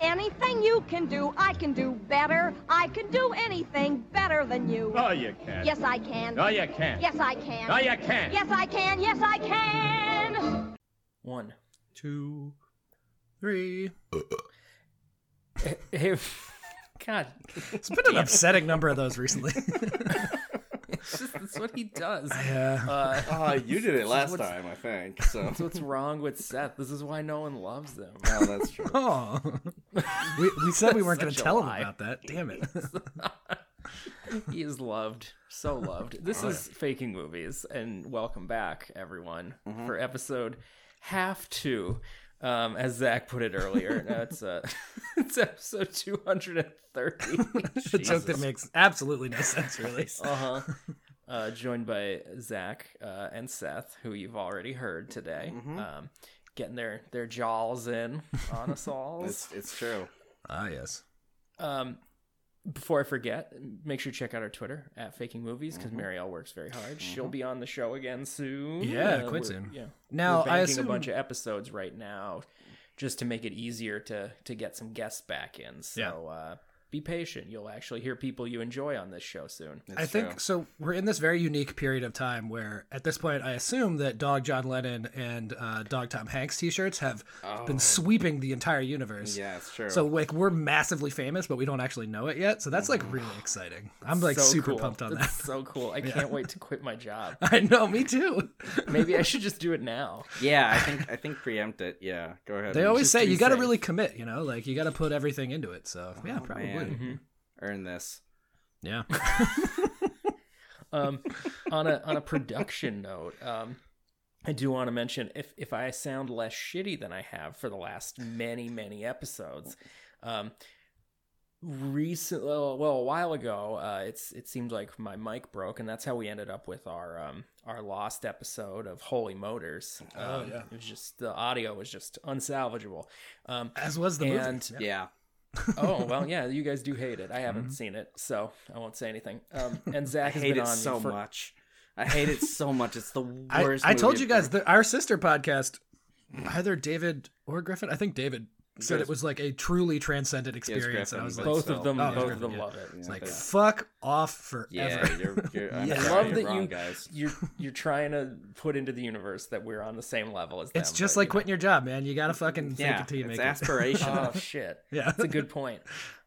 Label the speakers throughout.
Speaker 1: Anything you can do, I can do better. I can do anything better than you.
Speaker 2: No, you can't.
Speaker 1: Yes, I can.
Speaker 2: No, you can't.
Speaker 1: Yes, I can.
Speaker 2: No, you can't.
Speaker 1: Yes, I can. Yes, I can.
Speaker 3: One.
Speaker 4: two, three.
Speaker 5: God,
Speaker 4: It's been an upsetting number of those recently.
Speaker 5: it's just that's what he does.
Speaker 4: Yeah.
Speaker 5: Uh,
Speaker 6: Uh, you did it last
Speaker 5: What's-
Speaker 6: time, I think. So
Speaker 5: that's what's wrong with Seth. This is why no one loves him.
Speaker 6: oh, that's true.
Speaker 4: oh, we, we said we weren't going to
Speaker 5: Such a
Speaker 4: tell him
Speaker 5: lie.
Speaker 4: about that. Damn it.
Speaker 5: he is loved, so loved. This is faking movies, and welcome back, everyone, for episode half two. Um, as Zach put it earlier, Now it's uh, it's episode two hundred and thirty.
Speaker 4: the joke that makes absolutely no sense, really.
Speaker 5: uh-huh. Uh, joined by Zach uh, and Seth, who you've already heard today, um, getting their their jaws in on us all.
Speaker 6: It's it's true.
Speaker 4: Ah, yes.
Speaker 5: Um, before I forget, make sure you check out our Twitter at Faking Movies because
Speaker 4: Mm-hmm.
Speaker 5: Marielle works very hard. She'll be on the show again soon. Uh,
Speaker 4: Yeah, quite
Speaker 5: we're-
Speaker 4: soon.
Speaker 5: Yeah,
Speaker 4: Now,
Speaker 5: we're
Speaker 4: I
Speaker 5: banking
Speaker 4: assume.
Speaker 5: a bunch of episodes right now just to make it easier to to get some guests back in. So
Speaker 4: Yeah.
Speaker 5: uh, be patient; you'll actually hear people you enjoy on this show soon.
Speaker 6: It's
Speaker 4: I think
Speaker 6: true.
Speaker 4: so. We're in this very unique period of time where, at this point, I assume that Dog John Lennon and uh, Dog Tom Hanks T-shirts have
Speaker 5: Oh.
Speaker 4: been sweeping the entire universe.
Speaker 6: Oh, Yeah, it's true.
Speaker 4: So like we're massively famous, but we don't actually know it yet. So that's like really exciting. I'm like
Speaker 5: So
Speaker 4: super
Speaker 5: cool.
Speaker 4: pumped on
Speaker 5: That's
Speaker 4: that.
Speaker 5: So cool! I can't wait to quit my job.
Speaker 4: I know, me too.
Speaker 5: Maybe I should just do it now.
Speaker 6: yeah, I think I think preempt it. Yeah, go ahead.
Speaker 4: They
Speaker 6: and
Speaker 4: always
Speaker 6: just
Speaker 4: say
Speaker 6: do
Speaker 4: you got to
Speaker 6: safe.
Speaker 4: really commit, you know, like you got to put everything into it. So yeah, probably.
Speaker 6: man. earn this.
Speaker 4: Yeah.
Speaker 5: um, on a on a production note, um, I do want to mention if if I sound less shitty than I have for the last many many episodes, um, recent well well, a while ago, uh, it's it seemed like my mic broke, and that's how we ended up with our um our lost episode of Holy Motors.
Speaker 4: Oh,
Speaker 5: Um,
Speaker 4: yeah.
Speaker 5: it was just the audio was just unsalvageable. Um,
Speaker 4: As was the
Speaker 5: And-
Speaker 4: movie.
Speaker 6: Yeah.
Speaker 5: oh well, yeah, you guys do hate it. I haven't seen it, so I won't say anything. Um, and
Speaker 6: Mm-hmm. I
Speaker 5: Zach has
Speaker 6: hate
Speaker 5: been
Speaker 6: it
Speaker 5: on me
Speaker 6: so
Speaker 5: for-
Speaker 6: much. I hate it so much. It's the
Speaker 4: I,
Speaker 6: worst.
Speaker 4: I told
Speaker 6: movie
Speaker 4: you guys
Speaker 6: ever.
Speaker 4: that our sister podcast, either David or Griffin, I think David said it
Speaker 6: Yes.
Speaker 4: was like a truly transcendent
Speaker 6: it's
Speaker 4: experience. and I
Speaker 6: Griffin,
Speaker 4: was
Speaker 6: but
Speaker 4: like,
Speaker 5: both
Speaker 6: so-
Speaker 5: of them
Speaker 4: Oh,
Speaker 5: both
Speaker 4: yeah.
Speaker 5: of them
Speaker 4: Yeah.
Speaker 5: love it
Speaker 4: like
Speaker 6: Yeah.
Speaker 4: fuck off forever.
Speaker 6: Yeah, you're, you're, I'm
Speaker 4: Yeah.
Speaker 6: sorry,
Speaker 5: Love
Speaker 6: you're
Speaker 5: that
Speaker 6: wrong,
Speaker 5: you-
Speaker 6: guys.
Speaker 5: you're you're trying to put into the universe that we're on the same level as them
Speaker 4: it's just
Speaker 5: but,
Speaker 4: like
Speaker 5: you know.
Speaker 4: quitting your job, man. You got to fucking
Speaker 6: Mm-hmm. Yeah,
Speaker 4: think until you
Speaker 6: it's
Speaker 4: make it.
Speaker 6: aspirational.
Speaker 5: oh shit
Speaker 4: Yeah.
Speaker 5: that's a good point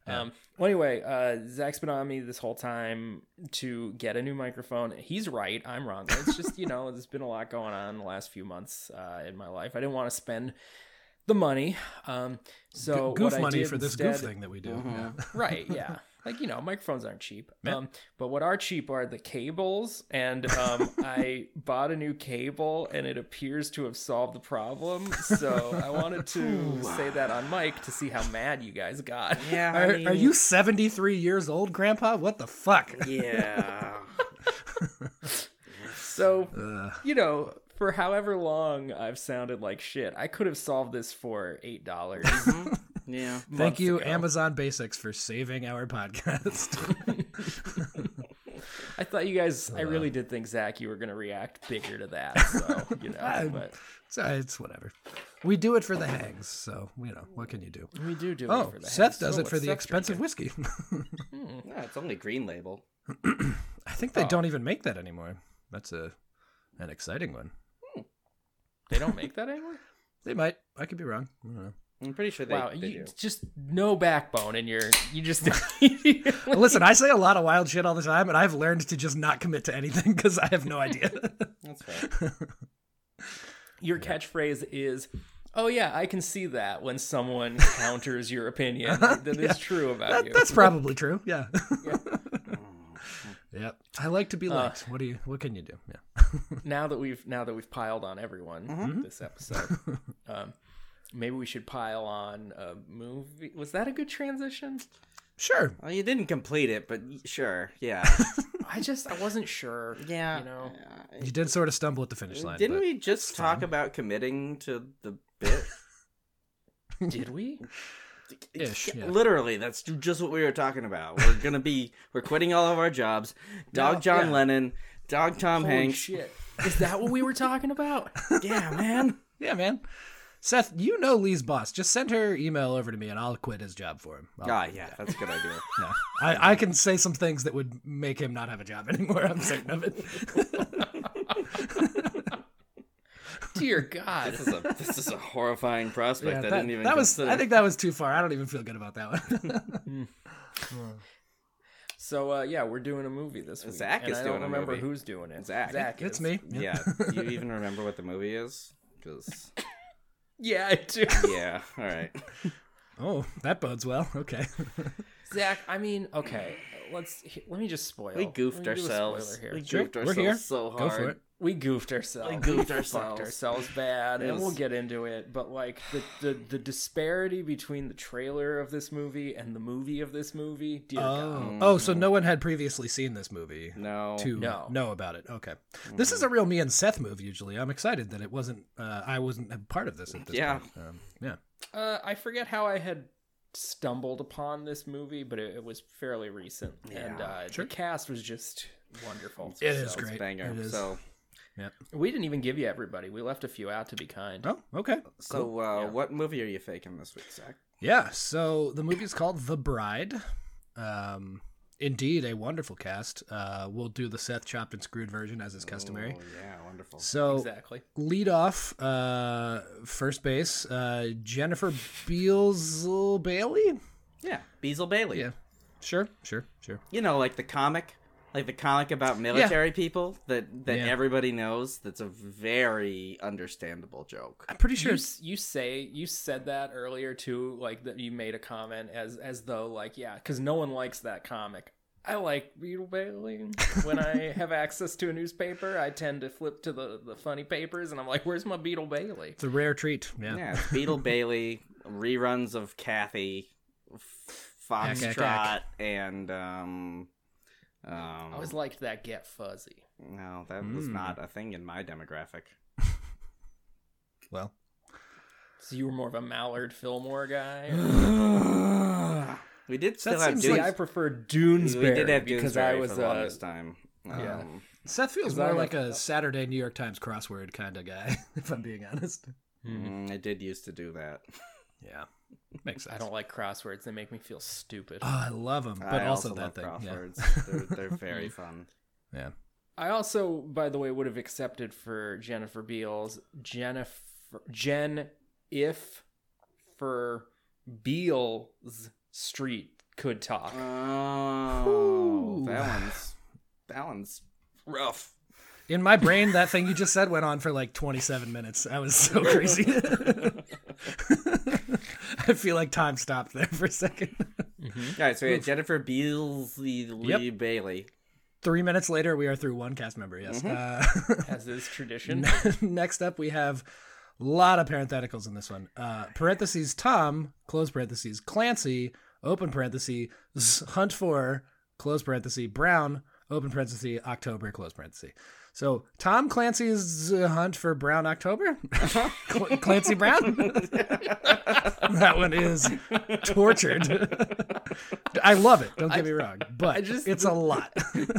Speaker 5: um well anyway uh zach's been on me this whole time to get a new microphone he's right i'm wrong it's just you know there's been a lot going on in the last few months uh in my life i didn't want to spend the money um so
Speaker 4: Go- goof
Speaker 5: what I
Speaker 4: money
Speaker 5: did
Speaker 4: for this
Speaker 5: instead,
Speaker 4: goof thing that we do.
Speaker 6: Mm-hmm.
Speaker 4: Yeah.
Speaker 5: right yeah like you know microphones aren't cheap
Speaker 4: Yeah.
Speaker 5: um but what are cheap are the cables and um i bought a new cable and it appears to have solved the problem so i wanted to say that on mic to see how mad you guys got
Speaker 6: yeah. I
Speaker 4: Are,
Speaker 6: mean,
Speaker 4: are you 73 years old, Grandpa? What the fuck?
Speaker 6: Yeah.
Speaker 5: so
Speaker 4: Ugh.
Speaker 5: you know for however long i've sounded like shit i could have solved this for eight dollars
Speaker 6: Yeah.
Speaker 4: Thank you,
Speaker 5: ago.
Speaker 4: Amazon Basics, for saving our podcast.
Speaker 5: i thought you guys i really did think zach you were going to react bigger to that so you know but
Speaker 4: so it's whatever. We do it for the hangs, so you know what can you do?
Speaker 5: we do do it
Speaker 4: Oh,
Speaker 5: for the
Speaker 4: Seth
Speaker 5: heads.
Speaker 4: does
Speaker 5: Oh,
Speaker 4: it for
Speaker 5: what's
Speaker 4: the
Speaker 5: Seth
Speaker 4: expensive
Speaker 5: drinking?
Speaker 4: whiskey.
Speaker 5: Hmm.
Speaker 6: Yeah, it's only green label.
Speaker 4: I think
Speaker 5: Oh.
Speaker 4: they don't even make that anymore. That's a an exciting one.
Speaker 5: they don't make that anymore
Speaker 4: They might. I could be wrong. I don't know.
Speaker 6: I'm pretty sure they,
Speaker 5: Wow,
Speaker 6: they
Speaker 5: you
Speaker 6: do.
Speaker 5: just no backbone in your you just
Speaker 4: Listen, I say a lot of wild shit all the time, and I've learned to just not commit to anything because I have no idea.
Speaker 6: That's fair.
Speaker 5: your catchphrase is oh yeah i can see that when someone counters your opinion that is true about
Speaker 4: That-
Speaker 5: you
Speaker 4: that's probably true. Yeah. yep. I like to be
Speaker 5: Uh.
Speaker 4: liked. what do you? What can you do? Yeah.
Speaker 5: now that we've now that we've piled on everyone
Speaker 6: Mm-hmm.
Speaker 5: this episode um maybe we should pile on a movie was that a good transition
Speaker 4: Sure.
Speaker 6: Well, you didn't complete it, but y- sure, yeah,
Speaker 5: I just I wasn't sure.
Speaker 6: yeah.
Speaker 5: You know.
Speaker 6: uh,
Speaker 4: You did sort of stumble at the finish line.
Speaker 6: didn't
Speaker 4: but-
Speaker 6: we just
Speaker 4: it's
Speaker 6: talk
Speaker 4: fine.
Speaker 6: about committing to the bit?
Speaker 5: Did we?
Speaker 4: Ish, yeah.
Speaker 6: Literally, that's just what we were talking about. We're gonna be, we're quitting all of our jobs. Dog
Speaker 5: No,
Speaker 6: John
Speaker 5: yeah.
Speaker 6: Lennon, Dog Tom
Speaker 5: Holy
Speaker 6: Hanks.
Speaker 5: shit! Is that what we were talking about?
Speaker 6: Yeah, man.
Speaker 4: Yeah, man. Seth, you know Lee's boss. Just send her email over to me, and I'll quit his job for him. I'll-
Speaker 6: Ah, yeah, that's a good idea.
Speaker 4: yeah. I, I can say some things that would make him not have a job anymore. I'm certain of it.
Speaker 5: Dear God.
Speaker 6: This is a this is a horrifying prospect.
Speaker 4: Yeah, that,
Speaker 6: I didn't even
Speaker 4: that was.
Speaker 6: consider.
Speaker 4: I think that was too far. I don't even feel good about that one.
Speaker 5: So uh, yeah, we're doing a movie this week.
Speaker 6: Zach
Speaker 5: and
Speaker 6: is
Speaker 5: I
Speaker 6: doing
Speaker 5: don't
Speaker 6: a
Speaker 5: remember
Speaker 6: movie.
Speaker 5: who's doing it.
Speaker 6: Zach.
Speaker 5: Zach.
Speaker 4: it's
Speaker 5: is.
Speaker 4: me. Yeah.
Speaker 6: Yeah. Do you even remember what the movie is? Because
Speaker 5: Yeah, I do.
Speaker 6: yeah, all right.
Speaker 4: Oh, that bodes well. Okay.
Speaker 5: Zach, I mean, okay, let's he- let me just spoil.
Speaker 6: We
Speaker 5: Let
Speaker 6: goofed
Speaker 5: me do a
Speaker 6: ourselves.
Speaker 5: spoiler Here.
Speaker 6: We
Speaker 5: We,
Speaker 6: goofed
Speaker 4: Sure, we're
Speaker 6: ourselves
Speaker 4: here.
Speaker 6: so hard.
Speaker 4: Go for
Speaker 5: goofed
Speaker 4: it.
Speaker 5: ourselves.
Speaker 6: We goofed
Speaker 5: fucked
Speaker 6: ourselves.
Speaker 5: ourselves bad, and
Speaker 6: Yes.
Speaker 5: we'll get into it. But like the, the the disparity between the trailer of this movie and the movie of this movie, dear God.
Speaker 4: Oh. Oh, so no one had previously seen this movie
Speaker 6: Oh, No.
Speaker 4: to
Speaker 5: No.
Speaker 4: know about it. Okay. This is a real me and Seth move. Usually, I'm excited that it wasn't. Uh, I wasn't a part of this at this
Speaker 6: Yeah.
Speaker 4: point. Um, yeah.
Speaker 5: Uh, I forget how I had stumbled upon this movie, but it, it was fairly recent, and
Speaker 6: Yeah.
Speaker 5: uh,
Speaker 4: Sure.
Speaker 5: the cast was just wonderful.
Speaker 4: It is
Speaker 5: So-
Speaker 4: great.
Speaker 6: Banger.
Speaker 4: It is.
Speaker 6: So
Speaker 5: We didn't even give you everybody. We left a few out to be kind.
Speaker 4: Oh, okay.
Speaker 6: so uh, what movie are you faking this week, Zach?
Speaker 4: Yeah, so the movie's called The Bride. Um, indeed, a wonderful cast. Uh, we'll do the Seth chopped and screwed version as is customary.
Speaker 6: Oh yeah, wonderful.
Speaker 4: So,
Speaker 5: Exactly.
Speaker 4: lead off, uh, first base, uh, Jennifer Beals Bailey.
Speaker 6: Yeah, Beazle Bailey.
Speaker 4: Yeah, sure, sure, sure.
Speaker 6: You know, like the comic, like the comic about military people that that
Speaker 4: Yeah.
Speaker 6: everybody knows. That's a very understandable joke.
Speaker 4: I'm pretty sure.
Speaker 5: You, s- you say you said that earlier too, like that you made a comment as as though like yeah, because no one likes that comic. I like Beetle Bailey. When I have access to a newspaper, I tend to flip to the, the funny papers, and I'm like, "Where's my Beetle Bailey?"
Speaker 4: it's a rare treat. Yeah.
Speaker 6: Yeah, it's Beetle Bailey reruns of Kathy, F-
Speaker 4: Ack, ack,
Speaker 6: Foxtrot,
Speaker 4: ack.
Speaker 6: and um, um.
Speaker 5: I always liked that Get Fuzzy.
Speaker 6: no, that was
Speaker 4: Mm.
Speaker 6: not a thing in my demographic.
Speaker 4: Well,
Speaker 5: So you were more of a Mallard Fillmore guy.
Speaker 6: we did still
Speaker 4: That
Speaker 6: have
Speaker 4: seems
Speaker 6: Dooms-
Speaker 5: See, I prefer Doonesbury
Speaker 6: we did have
Speaker 5: because
Speaker 6: Doonesbury
Speaker 5: I was
Speaker 6: for the
Speaker 5: uh,
Speaker 6: longest time.
Speaker 5: yeah.
Speaker 6: Um,
Speaker 4: Seth feels
Speaker 5: 'Cause
Speaker 4: more
Speaker 5: I'm a-
Speaker 4: like a Saturday New York Times crossword kind of guy, if I'm being honest.
Speaker 5: hmm,
Speaker 4: Hmm.
Speaker 6: mm, I did used to do that.
Speaker 4: Yeah, makes sense.
Speaker 5: I don't like crosswords; they make me feel stupid.
Speaker 4: Oh, I love them, but
Speaker 6: I
Speaker 4: also, that
Speaker 6: love
Speaker 4: thing. yeah.
Speaker 6: crosswords. They're, they're very fun.
Speaker 4: Yeah.
Speaker 5: I also, by the way, would have accepted for Jennifer Beals, Jennifer Jen if for Beals Street could talk.
Speaker 6: Oh,
Speaker 4: Whew.
Speaker 6: that one's that one's rough.
Speaker 4: In my brain, that thing you just said went on for like 27 minutes. I was so crazy. I feel like time stopped there for a second.
Speaker 6: All right, so we had Jennifer Beasley Lee Bailey.
Speaker 4: Three minutes later, we are through one cast member. Yes.
Speaker 6: Mm-hmm.
Speaker 5: as is tradition.
Speaker 4: Uh, next up, we have a lot of parentheticals in this one. Uh, parentheses Tom, close parentheses Clancy, open parentheses Hunt for, close parentheses Brown, open parentheses October, close parentheses. So Tom Clancy's uh, hunt for Brown October, Cl- Clancy Brown. that one is tortured. I love it. Don't get me wrong, but
Speaker 5: just-
Speaker 4: it's a lot.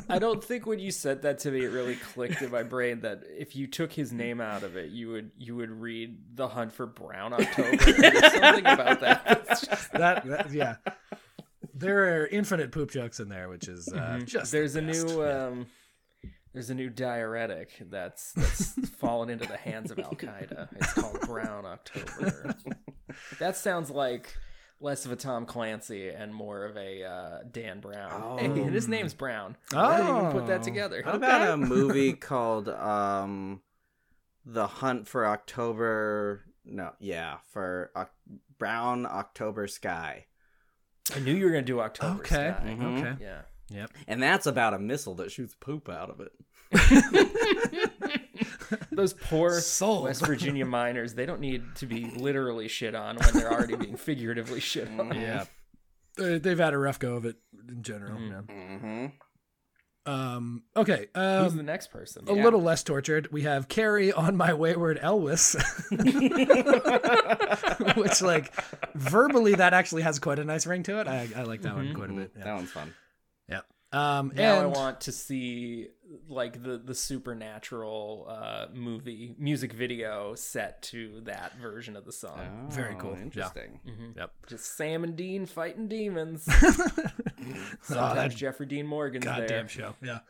Speaker 5: I don't think when you said that to me, it really clicked in my brain that if you took his name out of it, you would you would read The Hunt for Brown October. There's something about that. that's just-
Speaker 4: that, that- yeah. There are infinite poop jokes in there, which is uh, just
Speaker 5: Mm-hmm.
Speaker 4: the
Speaker 5: there's a
Speaker 4: best.
Speaker 5: new um, there's a new diuretic that's that's fallen into the hands of Al Qaeda. It's called Brown October. that sounds like less of a Tom Clancy and more of a uh, Dan Brown. And his name's Brown. I didn't even put that
Speaker 4: Oh.
Speaker 5: together.
Speaker 6: What about a movie called um, The Hunt for October? No, yeah, for Oc Brown October Sky,
Speaker 5: I knew you were gonna do October.
Speaker 4: Okay.
Speaker 5: Sky.
Speaker 6: Mhm.
Speaker 4: Mm-hmm. Okay.
Speaker 5: Yeah.
Speaker 4: Yep.
Speaker 6: and that's about a missile that shoots poop out of it.
Speaker 5: Those poor
Speaker 4: Sold.
Speaker 5: West Virginia miners, they don't need to be literally shit on when they're already being figuratively shit on.
Speaker 4: Yeah. They- They've had a rough go of it in general.
Speaker 5: Mhm.
Speaker 4: yeah.
Speaker 6: Mm-hmm.
Speaker 4: Um, okay.
Speaker 5: Who's the
Speaker 4: Um,
Speaker 5: next person?
Speaker 4: a little less tortured. We have Carrie on my wayward Elwes, which like verbally that actually has quite a nice ring to it. I, I like that one
Speaker 5: Mhm.
Speaker 4: quite a bit. Yeah.
Speaker 6: That one's fun.
Speaker 4: Um,
Speaker 5: Now I
Speaker 4: and-
Speaker 5: want to see like the the supernatural uh, movie music video set to that version of the song.
Speaker 4: Very cool, yeah.
Speaker 6: Oh, Interesting.
Speaker 5: Mhm.
Speaker 4: Ah. Yep.
Speaker 5: Just Sam and Dean fighting demons.
Speaker 4: Oh, that
Speaker 5: Sometimes Jeffrey Dean Morgan's
Speaker 4: goddamn
Speaker 5: there.
Speaker 4: show. Yeah.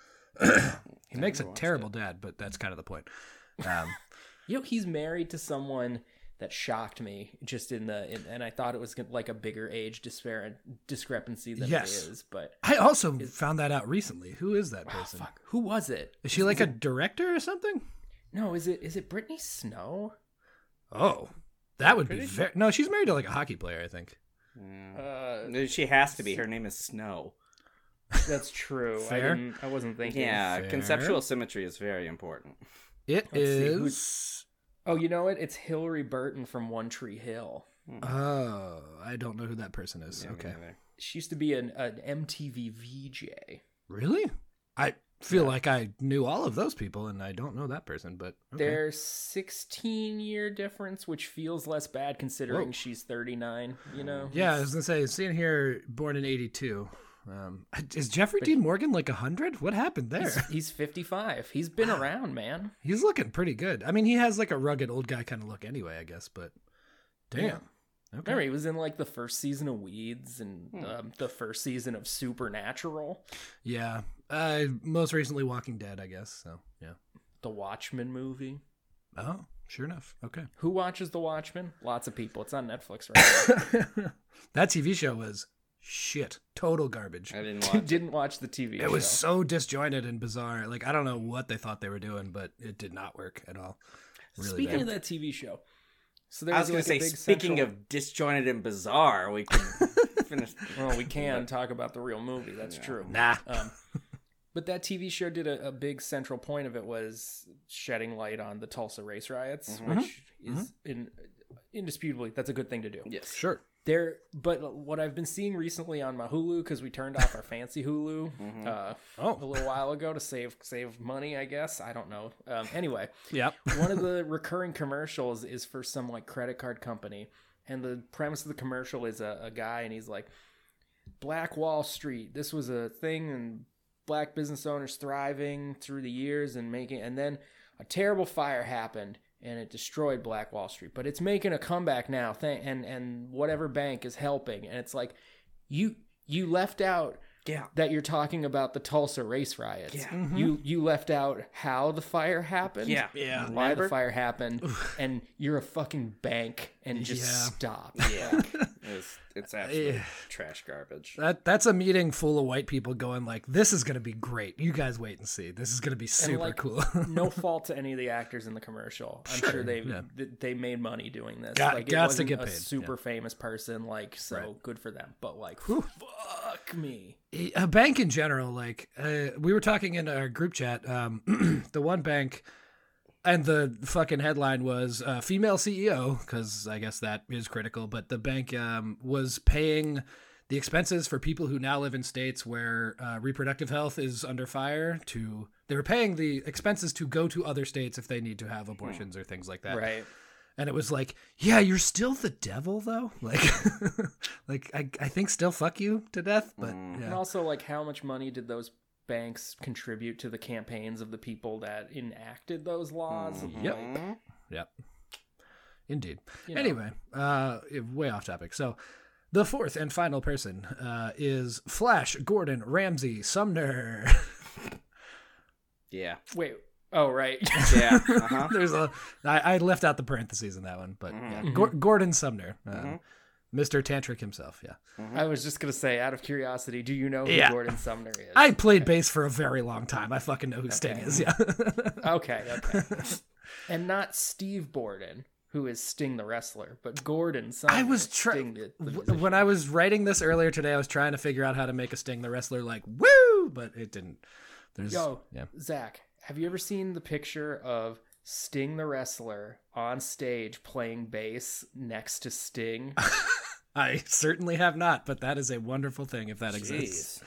Speaker 4: he makes a
Speaker 6: watched
Speaker 4: terrible dad, but that's kind of the point. Um,
Speaker 5: You know, he's married to someone that shocked me just in the in, and I thought it was gonna- like a bigger age dispar- discrepancy than
Speaker 4: Yes.
Speaker 5: it is, but
Speaker 4: I also found that out recently. Who is that
Speaker 5: oh,
Speaker 4: person?
Speaker 5: fuck, who was it?
Speaker 4: Is she like a director or something?
Speaker 5: No, is it is it Brittany Snow?
Speaker 4: Oh, that would be very. No, she's married to like a hockey player, I think. Mm.
Speaker 6: Yeah.
Speaker 5: Uh,
Speaker 6: she has to be. Her name is Snow.
Speaker 5: that's true.
Speaker 4: Fair.
Speaker 5: I didn't, I wasn't thinking.
Speaker 6: Yeah,
Speaker 4: Fair.
Speaker 6: conceptual symmetry is very important.
Speaker 4: It
Speaker 5: Let's see, who-
Speaker 4: is.
Speaker 5: Oh, you know what? It's Hillary Burton from One Tree Hill.
Speaker 4: Oh, I don't know who that person is.
Speaker 6: Yeah, me
Speaker 4: okay,
Speaker 6: neither.
Speaker 5: She used to be an, an MTV VJ.
Speaker 4: really? I feel like I knew all of those people, and I don't know that person. But okay.
Speaker 5: Their 16 year difference, which feels less bad considering
Speaker 4: Whoa.
Speaker 5: she's 39, you know?
Speaker 4: yeah, I was gonna say, seeing here, born in '82. Um, is Jeffrey Dean Morgan like hundred? What happened there?
Speaker 5: He's, he's 55. He's been around, man.
Speaker 4: He's looking pretty good. I mean, he has like a rugged old guy kind of look anyway, I guess, but damn. Okay.
Speaker 5: Remember, he was in like the first season of Weeds and
Speaker 4: Hmm.
Speaker 5: um, the first season of Supernatural,
Speaker 4: Yeah. Uh, most recently, Walking Dead, I guess. So, yeah.
Speaker 5: the Watchmen movie.
Speaker 4: Oh, sure enough. Okay.
Speaker 5: Who watches The Watchmen? Lots of people. It's on Netflix right
Speaker 4: that TV show was shit. Total garbage.
Speaker 6: I didn't
Speaker 5: now.
Speaker 6: watch.
Speaker 5: Didn't watch the TV show.
Speaker 4: It was so disjointed and bizarre. Like, I don't know what they thought they were doing, but it did not work at all. Really
Speaker 5: Speaking
Speaker 4: bad.
Speaker 5: of that TV show, so there
Speaker 6: I was going
Speaker 5: like,
Speaker 6: to say,
Speaker 5: a big
Speaker 6: speaking
Speaker 5: central-
Speaker 6: of disjointed and bizarre, we can finish.
Speaker 5: Well, we can talk about the real movie. That's true.
Speaker 4: Nah.
Speaker 5: Um, but that TV show did a, a big central point of it was shedding light on the Tulsa race riots, which is in, indisputably that's a good thing to do.
Speaker 6: Yes.
Speaker 4: Sure.
Speaker 5: There, but what I've been seeing recently on my Hulu because we turned off our fancy Hulu
Speaker 6: Mm-hmm.
Speaker 5: uh,
Speaker 4: Oh.
Speaker 5: a little while ago to save save money, I guess. I don't know. Um, anyway,
Speaker 4: Yep.
Speaker 5: one of the recurring commercials is for some like credit card company and the premise of the commercial is a, a guy and he's like black wall street this was a thing and black business owners thriving through the years and making and then a terrible fire happened and it destroyed black wall street but it's making a comeback now thank and and whatever bank is helping and it's like you you left out
Speaker 6: Yeah.
Speaker 5: that you're talking about the Tulsa race riots.
Speaker 6: Yeah.
Speaker 4: Mm-hmm.
Speaker 6: Mm-hmm.
Speaker 5: You you left out how the fire happened
Speaker 6: Yeah.
Speaker 4: Yeah.
Speaker 5: why the fire happened and you're a fucking bank and just
Speaker 4: Yeah.
Speaker 5: stop
Speaker 6: Yeah. It's, it's absolute
Speaker 4: Yeah.
Speaker 6: trash garbage.
Speaker 4: That that's a meeting full of white people going like, "This is gonna be great. You guys wait and see. This is gonna be super
Speaker 5: like,
Speaker 4: cool."
Speaker 5: no fault to any of the actors in the commercial i'm sure they
Speaker 4: yeah.
Speaker 5: th- they made money doing this
Speaker 4: Got-
Speaker 5: like it
Speaker 4: gots to
Speaker 5: wasn't
Speaker 4: get
Speaker 5: a
Speaker 4: paid, yeah.
Speaker 5: super famous person like so good for them but like fuck me
Speaker 4: Eh, a bank in general like uh, we were talking in our group chat um, the one bank and the fucking headline was uh, female ceo because i guess that is critical but the bank um, was paying the expenses for people who now live in states where uh, reproductive health is under fire to they were paying the expenses to go to other states if they need to have abortions or things like that
Speaker 5: right
Speaker 4: and it was like yeah you're still the devil though like like I, I think still fuck you to death but yeah.
Speaker 5: and also like how much money did those banks contribute to the campaigns of the people that enacted those laws
Speaker 4: Mm-hmm. Yep. Yep. Indeed.
Speaker 5: know.
Speaker 4: Anyway, uh, way off topic. So, the fourth and final person uh, is Flash Gordon Ramsey Sumner.
Speaker 6: Yeah.
Speaker 5: wait oh right
Speaker 6: Yeah. Uh-huh.
Speaker 4: There's a I, I left out the parentheses in that one, but yeah. Gor- Gordon Sumner, uh, Mr. Tantric himself. Yeah,
Speaker 5: i was just gonna say out of curiosity do you know who
Speaker 4: Yeah.
Speaker 5: gordon sumner is
Speaker 4: I played bass for a very long time. I fucking know who Sting is. Yeah.
Speaker 5: Okay, okay. and not Steve Borden, who is Sting the wrestler, but Gordon. Sumner,
Speaker 4: I was
Speaker 5: Sting
Speaker 4: trying
Speaker 5: the, the
Speaker 4: w-
Speaker 5: musician.
Speaker 4: when I was writing this earlier today. I was trying to figure out how to make a Sting the wrestler like woo, but it didn't. There's
Speaker 5: Yo,
Speaker 4: yeah.
Speaker 5: Zach, have you ever seen the picture of Sting the wrestler on stage playing bass next to Sting?
Speaker 4: I certainly have not, but that is a wonderful thing if that exists.
Speaker 5: Jeez.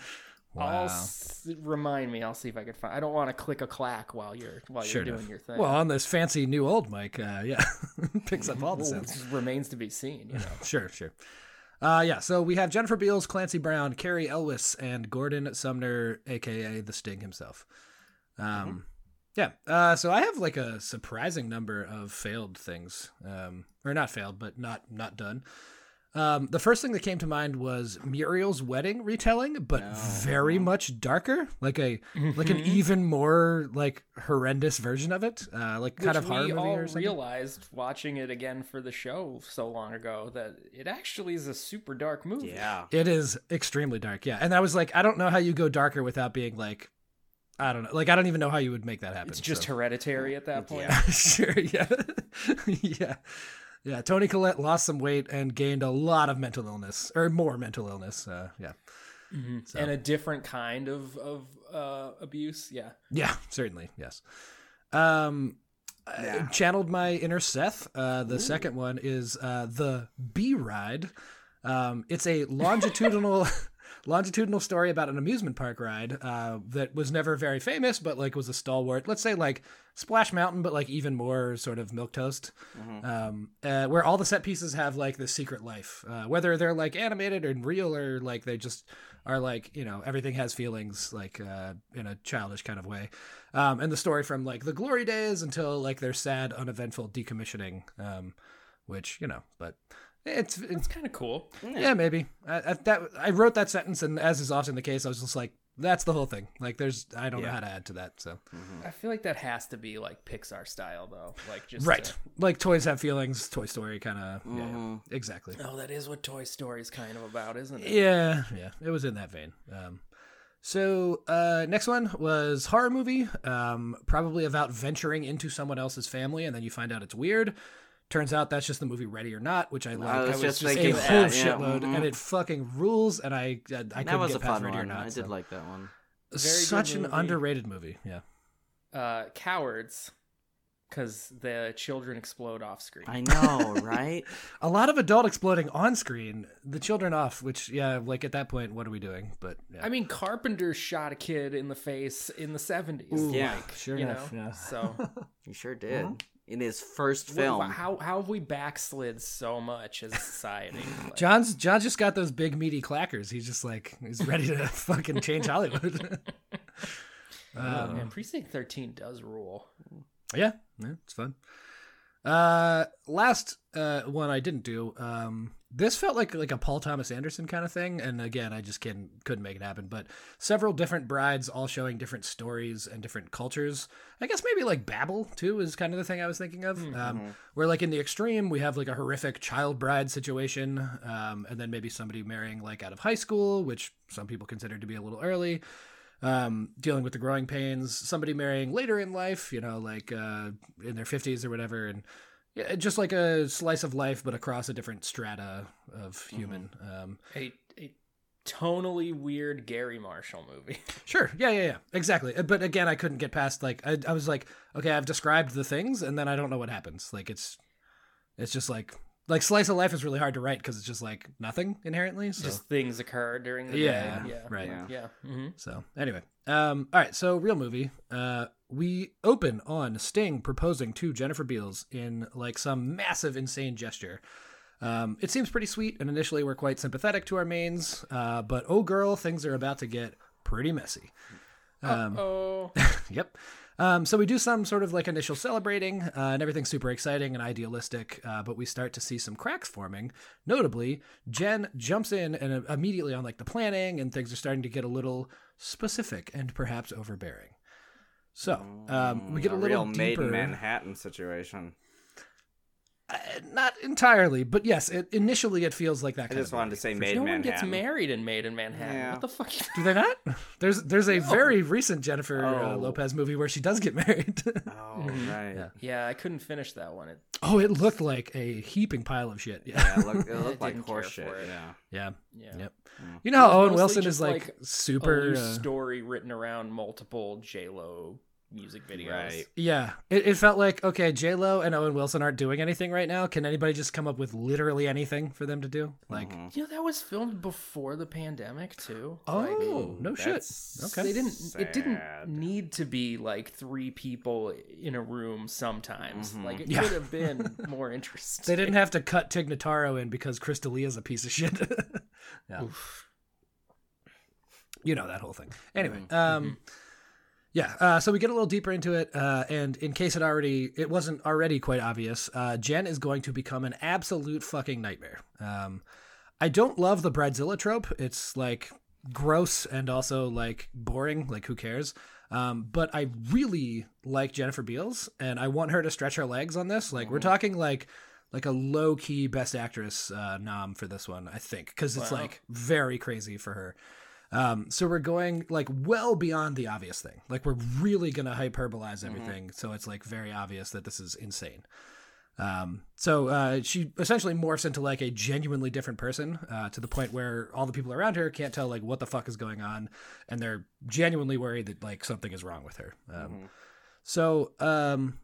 Speaker 5: I'll s- remind me. I'll see if I can find. I don't want to click a clack while you're while
Speaker 4: Sure
Speaker 5: you're doing
Speaker 4: enough.
Speaker 5: your thing.
Speaker 4: Well, on this fancy new old mic, uh, yeah, picks up all the
Speaker 5: Well,
Speaker 4: sounds.
Speaker 5: it remains to be seen. You know.
Speaker 4: Sure, sure. Uh, yeah, so we have Jennifer Beals, Clancy Brown, Carrie Elwes, and Gordon Sumner, aka the Sting himself.
Speaker 5: Mm-hmm.
Speaker 4: Um, yeah. Uh, so I have like a surprising number of failed things, um, or not failed, but not not done. Um, the first thing that came to mind was Muriel's wedding retelling, but
Speaker 5: Oh.
Speaker 4: very much darker, like a like an
Speaker 5: Mm-hmm.
Speaker 4: E even more like horrendous version of it, uh, like kind
Speaker 5: Which
Speaker 4: of horror
Speaker 5: we
Speaker 4: movie
Speaker 5: all
Speaker 4: or something.
Speaker 5: realized watching it again for the show so long ago that it actually is a super dark movie.
Speaker 6: Yeah.
Speaker 4: It is extremely dark, yeah. And I was like, I don't know how you go darker without being like, I don't know, like I don't even know how you would make that happen.
Speaker 5: It's just
Speaker 4: so.
Speaker 5: hereditary at that point.
Speaker 4: sure, yeah, yeah, yeah. Tony Collette lost some weight and gained a lot of mental illness, or more mental illness. Uh, yeah, So-
Speaker 5: And a different kind of of uh, abuse. Yeah.
Speaker 4: yeah, certainly, yes. Um, I
Speaker 6: Yeah.
Speaker 4: channeled my inner Seth. Uh, the second one is uh, the Bee Ride. Um, it's a longitudinal longitudinal story about an amusement park ride uh, that was never very famous, but like was a stalwart. Let's say like Splash Mountain, but like even more sort of milk toast, um, uh, where all the set pieces have like this secret life, uh, whether they're like animated and real or like they just are like you know everything has feelings like uh, in a childish kind of way, um, and the story from like the glory days until like their sad, uneventful decommissioning, um, which you know, but. It's, it's
Speaker 5: It's kind of cool.
Speaker 4: yeah, maybe. I, I, that I wrote that sentence, and as is often the case, I was just like, "That's the whole thing." Like, there's I don't know
Speaker 6: Yeah.
Speaker 4: how to add to that. So
Speaker 5: I feel like that has to be like Pixar style though. Like just
Speaker 4: right,
Speaker 5: to-
Speaker 4: like toys have feelings. Toy Story kind of yeah,
Speaker 6: Mm-hmm.
Speaker 4: yeah, exactly.
Speaker 5: Oh, that is what Toy Story's kind of about, isn't it?
Speaker 4: Yeah, yeah, it was in that vein. Um, so uh, next one was horror movie, um, probably about venturing into someone else's family, and then you find out it's weird. Turns out that's just the movie Ready or Not, which I like.
Speaker 6: was just
Speaker 4: a
Speaker 6: thinking
Speaker 4: whole
Speaker 6: that, yeah,
Speaker 4: shitload,
Speaker 6: mhm.
Speaker 4: and it fucking rules. And I, I, I
Speaker 6: that
Speaker 4: couldn't
Speaker 6: was
Speaker 4: get
Speaker 6: a
Speaker 4: past
Speaker 6: fun
Speaker 4: Ready or
Speaker 6: one.
Speaker 4: Not.
Speaker 6: I did
Speaker 4: so.
Speaker 6: like that one.
Speaker 5: Very good
Speaker 4: such an
Speaker 5: movie.
Speaker 4: underrated movie. Yeah.
Speaker 5: Uh, cowards, because the children explode off screen.
Speaker 6: I know, right?
Speaker 4: A lot of adult exploding on screen, the children off, which yeah, like at that point, what are we doing? But yeah.
Speaker 5: I mean, Carpenter shot a kid in the face in the seventies.
Speaker 6: yeah.
Speaker 5: like,
Speaker 4: Sure
Speaker 5: you
Speaker 4: enough,
Speaker 5: know?
Speaker 4: yeah.
Speaker 5: So
Speaker 6: You sure did. In his first film.
Speaker 5: Wh- how how have we backslid so much as a society? Like,
Speaker 4: John's John's just got those big meaty clackers. He's just like he's ready to fucking change Hollywood.
Speaker 5: oh,
Speaker 4: um,
Speaker 5: man, Precinct Thirteen does rule.
Speaker 4: Yeah, yeah, it's fun. Uh, last uh one I didn't do. Um, this felt like like a Paul Thomas Anderson kind of thing, and again, I just couldn't couldn't make it happen. But several different brides, all showing different stories and different cultures. I guess maybe like Babel too is kind of the thing I was thinking of. Um, where like in the extreme, we have like a horrific child bride situation, um, and then maybe somebody marrying like out of high school, which some people consider to be a little early um, dealing with the growing pains, somebody marrying later in life, you know, like uh, in their 50s or whatever. And yeah, just like a slice of life, but across a different strata of human. Um,
Speaker 5: A a tonally weird Gary Marshall movie.
Speaker 4: sure. Yeah, yeah, yeah. Exactly. Uh, But again, I couldn't get past, like, I, I was like, okay, I've described the things, and then I don't know what happens. Like, it's, it's just like, like slice of life is really hard to write because it's just like nothing inherently. So.
Speaker 5: Just things occur during the
Speaker 4: yeah,
Speaker 5: day. Yeah.
Speaker 4: Right.
Speaker 6: Yeah.
Speaker 5: Yeah. hmm
Speaker 4: So anyway, um, all right. So real movie. Uh, we open on Sting proposing to Jennifer Beals in like some massive, insane gesture. Um, it seems pretty sweet, and initially we're quite sympathetic to our mains. Uh, but oh, girl, things are about to get pretty messy. Um,
Speaker 5: oh.
Speaker 4: Yep. Um, so we do some sort of like initial celebrating, uh, and everything's super exciting and idealistic, uh, but we start to see some cracks forming. Notably, Jen jumps in and uh, immediately on like the planning, and things are starting to get a little specific and perhaps overbearing. So um, we get a, little
Speaker 6: Mm, real
Speaker 4: deeper.
Speaker 6: maiden Manhattan situation.
Speaker 4: Uh, not entirely, but yes, it, initially it feels like that.
Speaker 6: I
Speaker 4: kind
Speaker 6: just
Speaker 4: of
Speaker 6: wanted to say maiden
Speaker 5: No one gets
Speaker 6: Manhattan.
Speaker 5: married in Made in Manhattan.
Speaker 6: Yeah.
Speaker 5: What the fuck?
Speaker 4: Do they not? There's there's a very recent Jennifer uh,
Speaker 6: Oh.
Speaker 4: Lopez movie where she does get married.
Speaker 6: Oh, right.
Speaker 4: Yeah.
Speaker 5: yeah, I couldn't finish that one. It,
Speaker 4: oh, it looked like a heaping pile of shit. Yeah.
Speaker 6: Yeah, it looked, it looked like
Speaker 5: didn't care
Speaker 6: horse shit.
Speaker 5: for it.
Speaker 6: Yeah.
Speaker 4: Yeah.
Speaker 5: yeah.
Speaker 4: Yep. uh, You know how
Speaker 5: It was
Speaker 4: Owen
Speaker 5: mostly
Speaker 4: Wilson
Speaker 5: just,
Speaker 4: is like,
Speaker 5: like, a
Speaker 4: super.
Speaker 5: loose
Speaker 4: uh,
Speaker 5: story written around multiple J Lo music videos.
Speaker 6: Right.
Speaker 4: Yeah, it, it felt like okay, J Lo and Owen Wilson aren't doing anything right now. Can anybody just come up with literally anything for them to do? Like,
Speaker 6: Mhm.
Speaker 5: You know that was filmed before the pandemic too.
Speaker 4: oh no shit.
Speaker 6: that's-
Speaker 4: Okay.
Speaker 5: They didn't. It didn't
Speaker 6: Sad.
Speaker 5: need to be like three people in a room. Sometimes,
Speaker 6: Mhm.
Speaker 5: like it
Speaker 4: Yeah.
Speaker 5: could have been more interesting.
Speaker 4: They didn't have to cut Tignataro in because Chris D'Elia's a piece of shit. yeah. You know that whole thing. Anyway, um, yeah. Uh, so we get a little deeper into it, uh, and in case it already it wasn't already quite obvious, uh, Jen is going to become an absolute fucking nightmare. Um, I don't love the bridezilla trope. It's like gross and also like boring. Like who cares? Um, but I really like Jennifer Beals, and I want her to stretch her legs on this. Like we're talking like like a low key best actress uh, nom for this one, I think, because it's
Speaker 5: Wow.
Speaker 4: like very crazy for her. Um, so we're going like well beyond the obvious thing. Like we're really gonna hyperbolize everything, so it's like very obvious that this is insane. Um, so uh, she essentially morphs into like a genuinely different person uh, to the point where all the people around her can't tell like what the fuck is going on, and they're genuinely worried that like something is wrong with her. Um,
Speaker 6: Mhm.
Speaker 4: So um,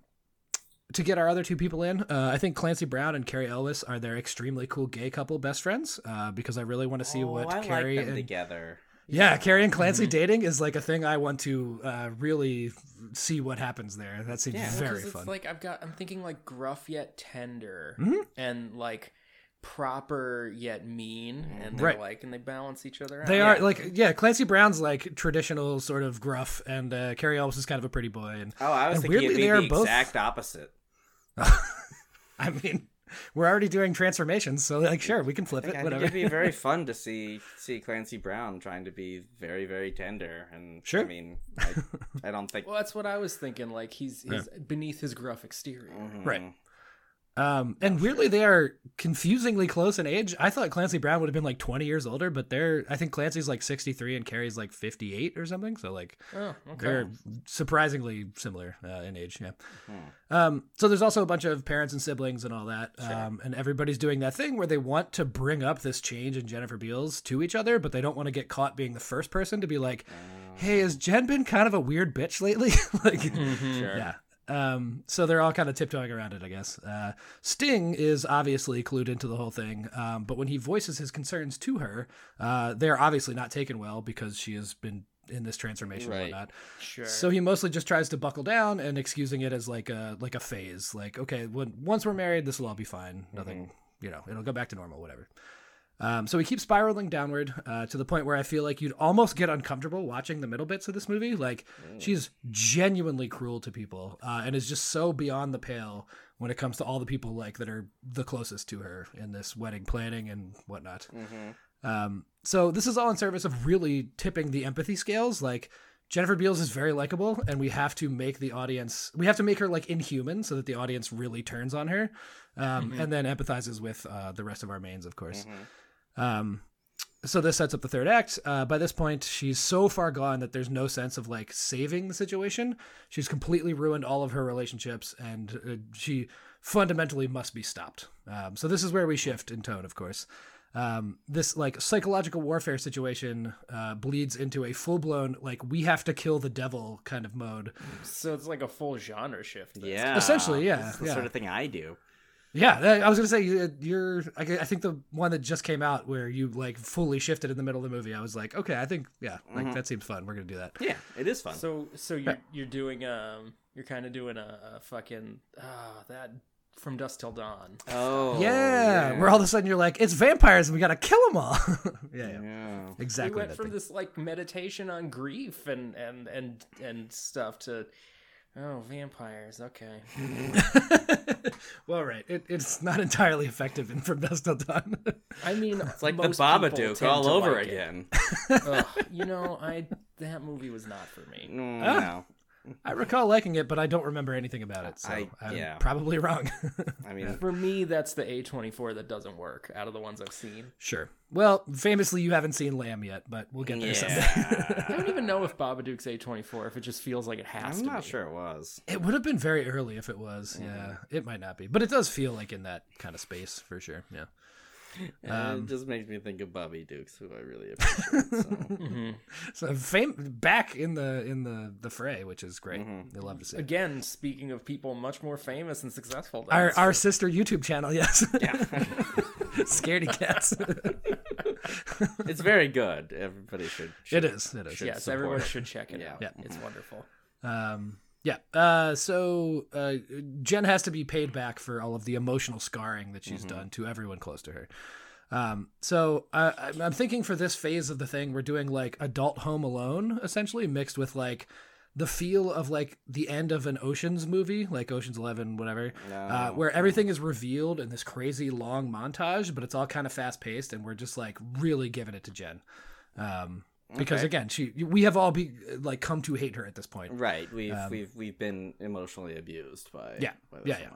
Speaker 4: to get our other two people in, uh, I think Clancy Brown and Carrie Ellis are their extremely cool gay couple best friends uh, because I really want to see
Speaker 6: Oh,
Speaker 4: what
Speaker 6: I like
Speaker 4: Carrie
Speaker 6: them
Speaker 4: and
Speaker 6: together.
Speaker 4: yeah, Carrie and Clancy dating is like a thing I want to uh, really see what happens there. That seems
Speaker 6: Yeah, well,
Speaker 5: Well, 'cause
Speaker 4: very
Speaker 5: it's
Speaker 4: fun.
Speaker 5: Like I've got, I'm thinking like gruff yet tender,
Speaker 4: Mhm.
Speaker 5: and like proper yet mean, and they're
Speaker 4: Right.
Speaker 5: like, and they balance each
Speaker 6: uh,
Speaker 5: other.
Speaker 4: They
Speaker 5: out.
Speaker 4: are like yeah, Clancy Brown's like traditional sort of gruff, and uh, Carrie Ellis is kind of a pretty boy. And
Speaker 6: Oh, I was
Speaker 4: And
Speaker 6: thinking
Speaker 4: weirdly,
Speaker 6: it'd be
Speaker 4: they are
Speaker 6: the
Speaker 4: both-
Speaker 6: exact opposite.
Speaker 4: I mean, we're already doing transformations, so like sure, we can flip
Speaker 6: I think,
Speaker 4: it,
Speaker 6: I think
Speaker 4: whatever.
Speaker 6: it'd be very fun to see see Clancy Brown trying to be very very tender and I
Speaker 4: Sure.
Speaker 6: mean I, I don't think
Speaker 5: Well, that's what I was thinking. Like he's, he's beneath his gruff exterior.
Speaker 6: Mhm.
Speaker 4: Right. Um, and weirdly, they are confusingly close in age. I thought Clancy Brown would have been like twenty years older, but they're I think Clancy's like sixty three and Carrie's like fifty eight or something. So like
Speaker 5: Oh, okay.
Speaker 4: They're surprisingly similar uh, in age. Yeah. Um, so there's also a bunch of parents and siblings and all that. Um, and everybody's doing that thing where they want to bring up this change in Jennifer Beals to each other, but they don't want to get caught being the first person to be like,
Speaker 6: Uh,
Speaker 4: hey, has Jen been kind of a weird bitch lately? like,
Speaker 5: Hmm. Mm-hmm.
Speaker 6: Sure.
Speaker 4: yeah. Um, so they're all kind of tiptoeing around it, I guess. Uh, Sting is obviously clued into the whole thing, um, but when he voices his concerns to her, uh, they're obviously not taken well because she has been in this transformation
Speaker 5: Right.
Speaker 4: and whatnot.
Speaker 5: Sure.
Speaker 4: So he mostly just tries to buckle down and excusing it as like a like a phase. Like, okay, when, once we're married, this will all be fine. Nothing, you know, it'll go back to normal, whatever. Um, so we keep spiraling downward uh, to the point where I feel like you'd almost get uncomfortable watching the middle bits of this movie. Like, she's genuinely cruel to people uh, and is just so beyond the pale when it comes to all the people like that are the closest to her in this wedding planning and whatnot.
Speaker 6: Mm-hmm.
Speaker 4: Um, so this is all in service of really tipping the empathy scales. Like Jennifer Beals is very likable, and we have to make the audience we have to make her like inhuman so that the audience really turns on her, um, and then empathizes with uh, the rest of our mains, of course.
Speaker 6: Mm-hmm.
Speaker 4: Um, so this sets up the third act. Uh, by this point, she's so far gone that there's no sense of like saving the situation. She's completely ruined all of her relationships, and uh, she fundamentally must be stopped. Um, so this is where we shift in tone, of course. Um, this like psychological warfare situation uh, bleeds into a full blown like we have to kill the devil kind of mode.
Speaker 5: So it's like a full genre shift. then.
Speaker 6: Yeah.
Speaker 4: Essentially, yeah,
Speaker 6: It's the
Speaker 4: yeah.
Speaker 6: sort of thing I do.
Speaker 4: Yeah, that- I was gonna say you- you're. I gu- I think the one that just came out where you like fully shifted in the middle of the movie. I was like, okay, I think yeah, like
Speaker 6: Mm-hmm.
Speaker 4: that seems fun. We're gonna do that.
Speaker 6: Yeah, it is fun.
Speaker 5: So so you're you're doing um you're kind of doing a, a fucking ah that from dusk till dawn.
Speaker 6: oh.
Speaker 4: yeah, where all of a sudden you're like, it's vampires and we gotta kill them all. yeah, yeah,
Speaker 6: Yeah.
Speaker 5: We
Speaker 4: exactly.
Speaker 5: went
Speaker 4: that
Speaker 5: from
Speaker 4: thing.
Speaker 5: this like meditation on grief and and and and stuff to oh vampires okay
Speaker 4: well, right. It, it's not entirely effective in From Dusk Till Dawn.
Speaker 5: i mean
Speaker 6: It's like the Babadook all over again.
Speaker 5: you know i that movie was not for me
Speaker 6: Mm,
Speaker 4: Ah.
Speaker 6: no.
Speaker 4: I recall liking it, but I don't remember anything about it, so I,
Speaker 6: I-
Speaker 4: am
Speaker 6: yeah.
Speaker 4: probably wrong.
Speaker 6: I mean,
Speaker 5: for me that's the a24 that doesn't work out of the ones i've seen
Speaker 4: sure. Well, famously, you haven't seen Lamb yet, but we'll get there someday.
Speaker 6: yeah.
Speaker 5: i don't even know if babadook's a24 if it just feels like it has
Speaker 6: I'm
Speaker 5: to
Speaker 6: not
Speaker 5: be.
Speaker 6: sure it was.
Speaker 4: It would have been very early if it was. Yeah, it might not be, but it does feel like in that kind of space for sure. Yeah.
Speaker 6: Uh,
Speaker 4: Um,
Speaker 6: it just makes me think of Bobby Dukes, who I really appreciate. So.
Speaker 3: Mhm.
Speaker 4: So fame back in the in the the fray, which is great. They love to see. It.
Speaker 5: Again, speaking of people much more famous and successful, than
Speaker 4: Our
Speaker 5: us.
Speaker 4: our sister YouTube channel, yes. Yeah. Scaredy cats.
Speaker 6: it's very good. Everybody should. should
Speaker 4: it is. It is.
Speaker 5: yes,
Speaker 6: support
Speaker 5: everyone
Speaker 6: it.
Speaker 5: should check it
Speaker 6: Yeah.
Speaker 5: out.
Speaker 6: Yeah.
Speaker 5: It's wonderful.
Speaker 4: Um, yeah. Uh, so uh, Jen has to be paid back for all of the emotional scarring that she's done to everyone close to her. Um, so uh, I'm- I'm thinking for this phase of the thing, we're doing like adult Home Alone, essentially mixed with like the feel of like the end of an Ocean's movie, like Ocean's Eleven, whatever, uh, where everything is revealed in this crazy long montage, but it's all kind of fast paced, and we're just like really giving it to Jen. Um, because
Speaker 6: Okay.
Speaker 4: again, she we have all be like come to hate her at this point.
Speaker 6: Right. We've we've we've been emotionally abused by
Speaker 4: um, Yeah,
Speaker 6: by
Speaker 4: yeah, yeah.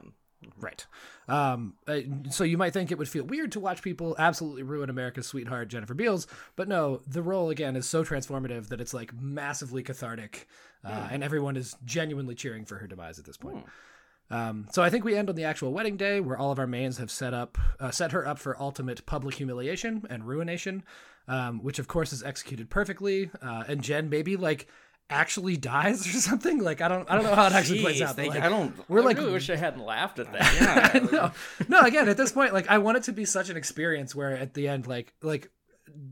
Speaker 4: Right. Um, uh, so you might think it would feel weird to watch people absolutely ruin America's sweetheart, Jennifer Beals, but no, the role again is so transformative that it's like massively cathartic, uh,
Speaker 6: Hmm.
Speaker 4: and everyone is genuinely cheering for her demise at this point. Um, so I think we end on the actual wedding day, where all of our mains have set up uh, set her up for ultimate public humiliation and ruination, um, which of course is executed perfectly. Uh, and Jen maybe like actually dies or something. Like I don't I don't know how it actually plays
Speaker 6: Jeez,
Speaker 4: out. but,
Speaker 6: they-
Speaker 4: like,
Speaker 6: I don't.
Speaker 4: we're
Speaker 5: I
Speaker 4: like
Speaker 5: really wish I hadn't laughed at that. yeah.
Speaker 4: no, no. Again, at this point, like I want it to be such an experience where at the end, like, like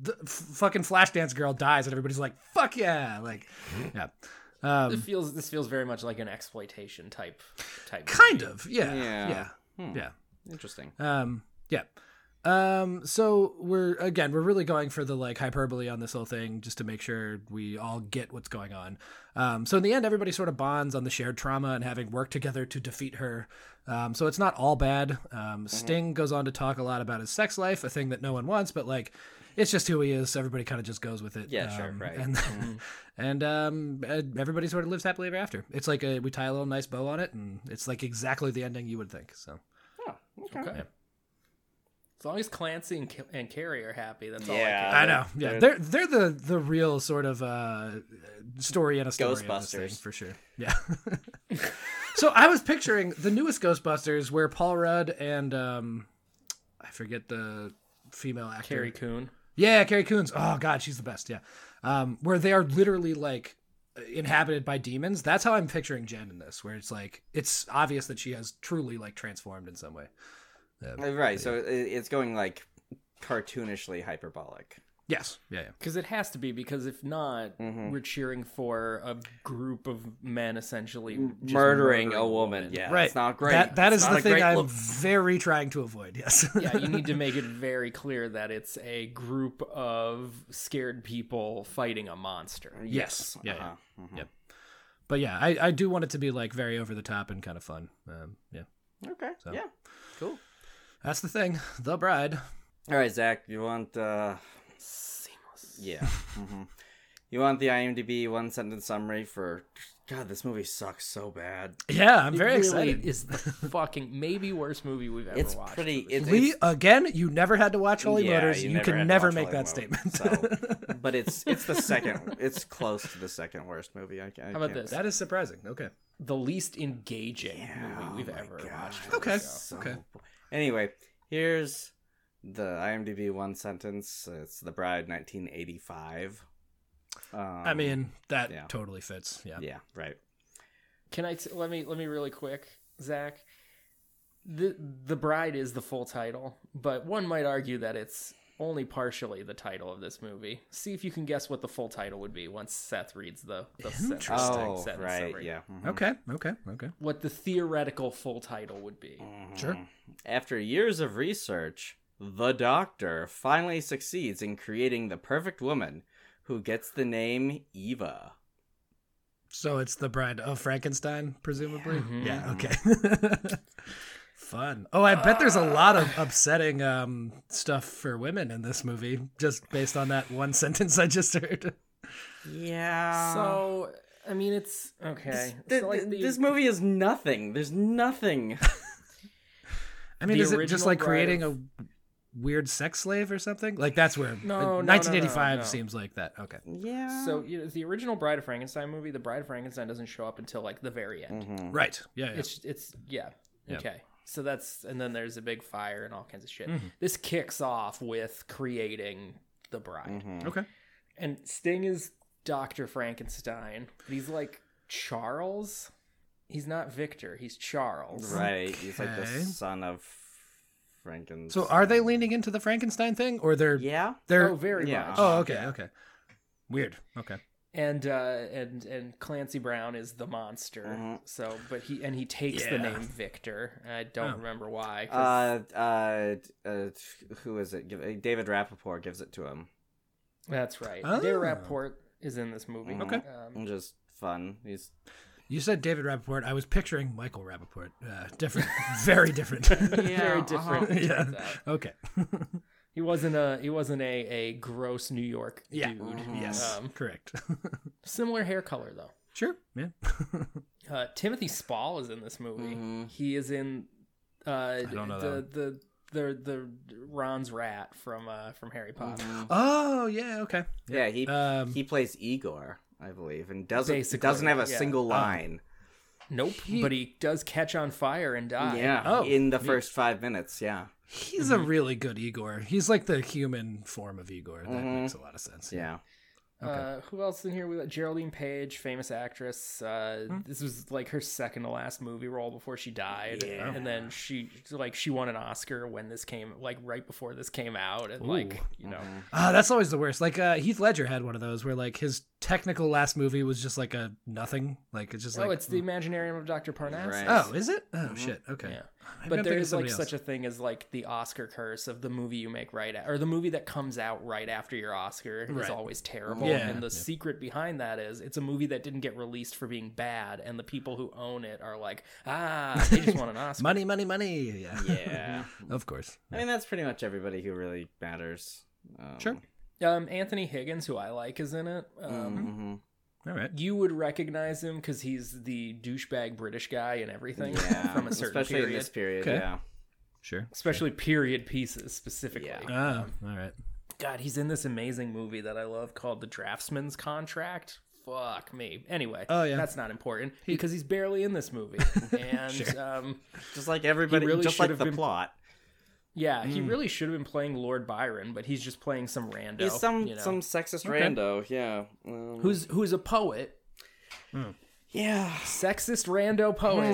Speaker 4: the f- fucking Flashdance girl dies and everybody's like, "Fuck yeah!" Like, yeah,
Speaker 5: It
Speaker 4: um,
Speaker 5: feels this feels very much like an exploitation type type.
Speaker 4: kind of, yeah, yeah,
Speaker 6: Yeah.
Speaker 4: yeah.
Speaker 6: Hmm. Interesting.
Speaker 4: Um, yeah. Um, so we're again, we're really going for the like hyperbole on this whole thing just to make sure we all get what's going on. Um, so in the end, everybody sort of bonds on the shared trauma and having worked together to defeat her. Um, so it's not all bad.
Speaker 6: Mm-hmm.
Speaker 4: Um, Sting goes on to talk a lot about his sex life, a thing that no one wants, but like it's just who he is. So everybody kind of just goes with it.
Speaker 6: Yeah, sure,
Speaker 4: Um,
Speaker 6: right. Mm-hmm.
Speaker 4: And, and um, uh, everybody sort of lives happily ever after. It's like a, we tie a little nice bow on it, and it's like exactly the ending you would think. So.
Speaker 6: Oh, okay.
Speaker 5: Okay. As long as Clancy and, Ca- and Carrie are happy, that's
Speaker 6: Yeah.
Speaker 5: all I care.
Speaker 4: I know. Yeah, they're they're the the real sort of uh, story and a story of this thing,
Speaker 6: Ghostbusters.
Speaker 4: for sure. Yeah. so I was picturing the newest Ghostbusters where Paul Rudd and um, I forget the female actor.
Speaker 5: Carrie Coon.
Speaker 4: Yeah, Carrie Coons. Oh God, she's the best. Yeah, um, where they are literally like inhabited by demons. That's how I'm picturing Jen in this, where it's like it's obvious that she has truly like transformed in some way.
Speaker 6: Uh, Right. So it, it's going like cartoonishly hyperbolic.
Speaker 4: Yes. Yeah. yeah.
Speaker 5: Because it has to be, because if not,
Speaker 6: Mm-hmm.
Speaker 5: we're cheering for a group of men essentially just
Speaker 6: Murdering, a woman. Yeah.
Speaker 4: Right.
Speaker 6: It's not great.
Speaker 4: That, that
Speaker 6: It's
Speaker 4: is
Speaker 6: not
Speaker 4: the
Speaker 6: a
Speaker 4: thing
Speaker 6: great
Speaker 4: I'm
Speaker 6: look.
Speaker 4: very trying to avoid. Yes.
Speaker 5: yeah, you need to make it very clear that it's a group of scared people fighting a monster.
Speaker 4: Yes. Yeah. yeah.
Speaker 6: Uh-huh. Mhm.
Speaker 4: But yeah, I, I do want it to be like very over the top and kind of fun. Um, yeah.
Speaker 6: Okay. Yeah. Cool.
Speaker 4: That's the thing. The bride.
Speaker 6: All right, Zach. You want? uh
Speaker 5: Seamless.
Speaker 6: Yeah. hmm You want the IMDb one sentence summary for? God, this movie sucks so bad.
Speaker 4: Yeah, I'm very
Speaker 5: It really
Speaker 4: excited.
Speaker 5: Is the fucking maybe worst movie we've ever
Speaker 6: It's
Speaker 5: watched.
Speaker 6: pretty. It's,
Speaker 4: Lee,
Speaker 6: it's-
Speaker 4: again, you never had to watch Holy
Speaker 6: yeah,
Speaker 4: Motors. You,
Speaker 6: never had
Speaker 4: can
Speaker 6: to
Speaker 4: never
Speaker 6: watch
Speaker 4: make
Speaker 6: Holy
Speaker 4: that
Speaker 6: Motors,
Speaker 4: statement.
Speaker 6: so- but it's it's the second. It's close to the second worst movie. I, I
Speaker 5: How about
Speaker 6: can't-
Speaker 5: this?
Speaker 4: that is surprising. Okay.
Speaker 5: the least engaging
Speaker 6: Yeah,
Speaker 5: movie we've
Speaker 6: oh my
Speaker 5: ever
Speaker 6: God.
Speaker 5: watched.
Speaker 4: Okay.
Speaker 6: So-
Speaker 4: okay.
Speaker 6: Anyway, here's the IMDb one sentence. It's The Bride, 1985. Um,
Speaker 4: I mean, that
Speaker 6: yeah.
Speaker 4: totally fits. Yeah.
Speaker 6: Um, yeah, right.
Speaker 5: Can I t- let me let me really quick, Zach? The the bride is the full title, but one might argue that it's only partially the title of this movie. See if you can guess what the full title would be once Seth reads the the sen-
Speaker 4: Interesting.
Speaker 5: hashtag
Speaker 6: Oh,
Speaker 5: sentence
Speaker 6: right.
Speaker 5: summary.
Speaker 6: Yeah. mhm.
Speaker 4: Okay. Okay. Okay.
Speaker 5: What the theoretical full title would be.
Speaker 4: Sure.
Speaker 6: Mm-hmm. After years of research, the doctor finally succeeds in creating the perfect woman who gets the name Eva.
Speaker 4: So it's the bride of Frankenstein, presumably. Yeah.
Speaker 5: Mm-hmm.
Speaker 4: Okay. Fun. Oh, I bet there's a
Speaker 5: Uh.
Speaker 4: lot of upsetting um, stuff for women in this movie, just based on that one sentence I just heard.
Speaker 6: Yeah.
Speaker 5: So I mean, it's okay.
Speaker 6: Th-
Speaker 5: so, like,
Speaker 6: th-
Speaker 5: the-
Speaker 6: Uh, this movie is nothing. There's nothing.
Speaker 4: I mean,
Speaker 5: The
Speaker 4: is it just
Speaker 5: original
Speaker 4: like
Speaker 5: bride
Speaker 4: creating
Speaker 5: of-
Speaker 4: a weird sex slave or something? Like that's where
Speaker 5: No,
Speaker 4: uh,
Speaker 5: no, no, no,
Speaker 4: 1985
Speaker 5: no.
Speaker 4: seems like that. Okay.
Speaker 6: yeah.
Speaker 5: So you know, the original Bride of Frankenstein movie, the Bride of Frankenstein doesn't show up until like the very end.
Speaker 4: Right. Yeah. yeah.
Speaker 5: It's it's yeah.
Speaker 4: Yeah.
Speaker 5: Okay. So that's and then there's a big fire and all kinds of shit. This kicks off with creating the bride.
Speaker 6: Mm-hmm.
Speaker 4: Okay.
Speaker 5: And Sting is Dr. Frankenstein, but he's like Charles. He's not Victor, he's Charles.
Speaker 6: Right. He's like the
Speaker 4: Okay.
Speaker 6: son of Frankenstein.
Speaker 4: So are they leaning into the Frankenstein thing or they're
Speaker 6: Yeah.
Speaker 4: they're
Speaker 5: Oh, very
Speaker 6: Yeah.
Speaker 5: much.
Speaker 4: Oh, okay, okay. Weird. Okay.
Speaker 5: And uh and and Clancy Brown is the monster.
Speaker 6: Mhm.
Speaker 5: So but he and he takes the
Speaker 4: Yeah.
Speaker 5: name Victor. I don't
Speaker 4: Oh.
Speaker 5: remember why. 'cause-
Speaker 6: Uh, uh, uh, who is it? Give- uh, David Rappaport gives it to him.
Speaker 5: That's right.
Speaker 4: Oh.
Speaker 5: Their report is in this movie.
Speaker 6: Okay.
Speaker 5: Um,
Speaker 6: And just fun. He's
Speaker 4: You said David Rappaport. I was picturing Michael Rappaport. Uh, different. very different.
Speaker 5: very different. it
Speaker 4: yeah.
Speaker 5: turns uh-huh. out.
Speaker 4: Okay.
Speaker 5: He wasn't a he wasn't a, a gross New York
Speaker 4: Yeah.
Speaker 5: dude.
Speaker 4: Yes.
Speaker 5: Um,
Speaker 4: Correct.
Speaker 5: similar hair color though.
Speaker 4: sure. Yeah.
Speaker 5: Uh, Timothy Spall is in this movie.
Speaker 6: Mhm.
Speaker 5: He is in uh,
Speaker 4: don't know
Speaker 5: the, the the the Ron's rat from uh, from Harry Potter.
Speaker 4: Oh yeah. Okay.
Speaker 6: Mm-hmm. yeah. He
Speaker 4: Um,
Speaker 6: he plays Igor, I believe, and doesn't
Speaker 5: Basically, Oh,
Speaker 6: doesn't have a
Speaker 5: yeah.
Speaker 6: single line.
Speaker 5: Nope, but he does catch on fire and die.
Speaker 6: yeah.
Speaker 4: Oh.
Speaker 6: in the first five minutes. Yeah.
Speaker 4: He's
Speaker 5: Mm-hmm.
Speaker 4: a really good Igor. He's like the human form of Igor. That
Speaker 5: Mm-hmm.
Speaker 6: Mhm.
Speaker 4: makes a lot of sense.
Speaker 6: Yeah.
Speaker 5: Uh, who else in here? We got Geraldine Page, famous actress. Uh,
Speaker 4: Hmm.
Speaker 5: This was like her second to last movie role before she died,
Speaker 6: Yeah.
Speaker 5: and then she like she won an Oscar when this came like right before this came out, and
Speaker 4: Ooh.
Speaker 5: like you know,
Speaker 4: Ah, that's always the worst. Like uh, Heath Ledger had one of those where like his technical last movie was just like a nothing. Like it's just
Speaker 5: oh,
Speaker 4: like hmm.
Speaker 5: it's the Imaginarium of Dr. Parnassus.
Speaker 6: Right.
Speaker 4: oh, is it? Oh shit. Okay.
Speaker 5: Yeah.
Speaker 4: Maybe
Speaker 5: But
Speaker 4: I'm
Speaker 5: there
Speaker 4: thinking
Speaker 5: is like
Speaker 4: somebody else.
Speaker 5: such a thing as like the Oscar curse of the movie you make right a- or the movie that comes out right after your Oscar is
Speaker 4: Right.
Speaker 5: always terrible.
Speaker 4: Yeah.
Speaker 5: And the
Speaker 4: Yeah.
Speaker 5: secret behind that is it's a movie that didn't get released for being bad, and the people who own it are like, ah, they just want an Oscar.
Speaker 4: money, money, money. Yeah.
Speaker 6: Yeah.
Speaker 4: of course.
Speaker 6: Uh-huh. I mean, that's pretty much everybody who really matters. Um,
Speaker 4: Sure.
Speaker 5: Um, Anthony Higgins, who I like, is in it. Um,
Speaker 6: mhm.
Speaker 4: All right.
Speaker 5: You would recognize him because he's the douchebag British guy and everything
Speaker 6: Yeah.
Speaker 5: from a certain
Speaker 6: Especially
Speaker 5: period,
Speaker 6: in this period.
Speaker 4: Okay.
Speaker 6: Yeah.
Speaker 4: Sure.
Speaker 5: especially period pieces specifically.
Speaker 6: Yeah.
Speaker 4: Oh, all right.
Speaker 5: God, he's in this amazing movie that I love called The Draftsman's Contract. Fuck me. Anyway,
Speaker 4: Oh, yeah.
Speaker 5: that's not important because he's barely in this movie. And um,
Speaker 6: Just like everybody.
Speaker 5: really
Speaker 6: just like
Speaker 5: should've
Speaker 6: the
Speaker 5: been-
Speaker 6: plot.
Speaker 5: yeah,
Speaker 4: Hmm.
Speaker 5: he really should have been playing Lord Byron, but he's just playing some rando.
Speaker 6: He's some
Speaker 5: you know,
Speaker 6: some sexist rando. Yeah. Um,
Speaker 5: who's who's a poet,
Speaker 6: yeah.
Speaker 5: sexist rando poet,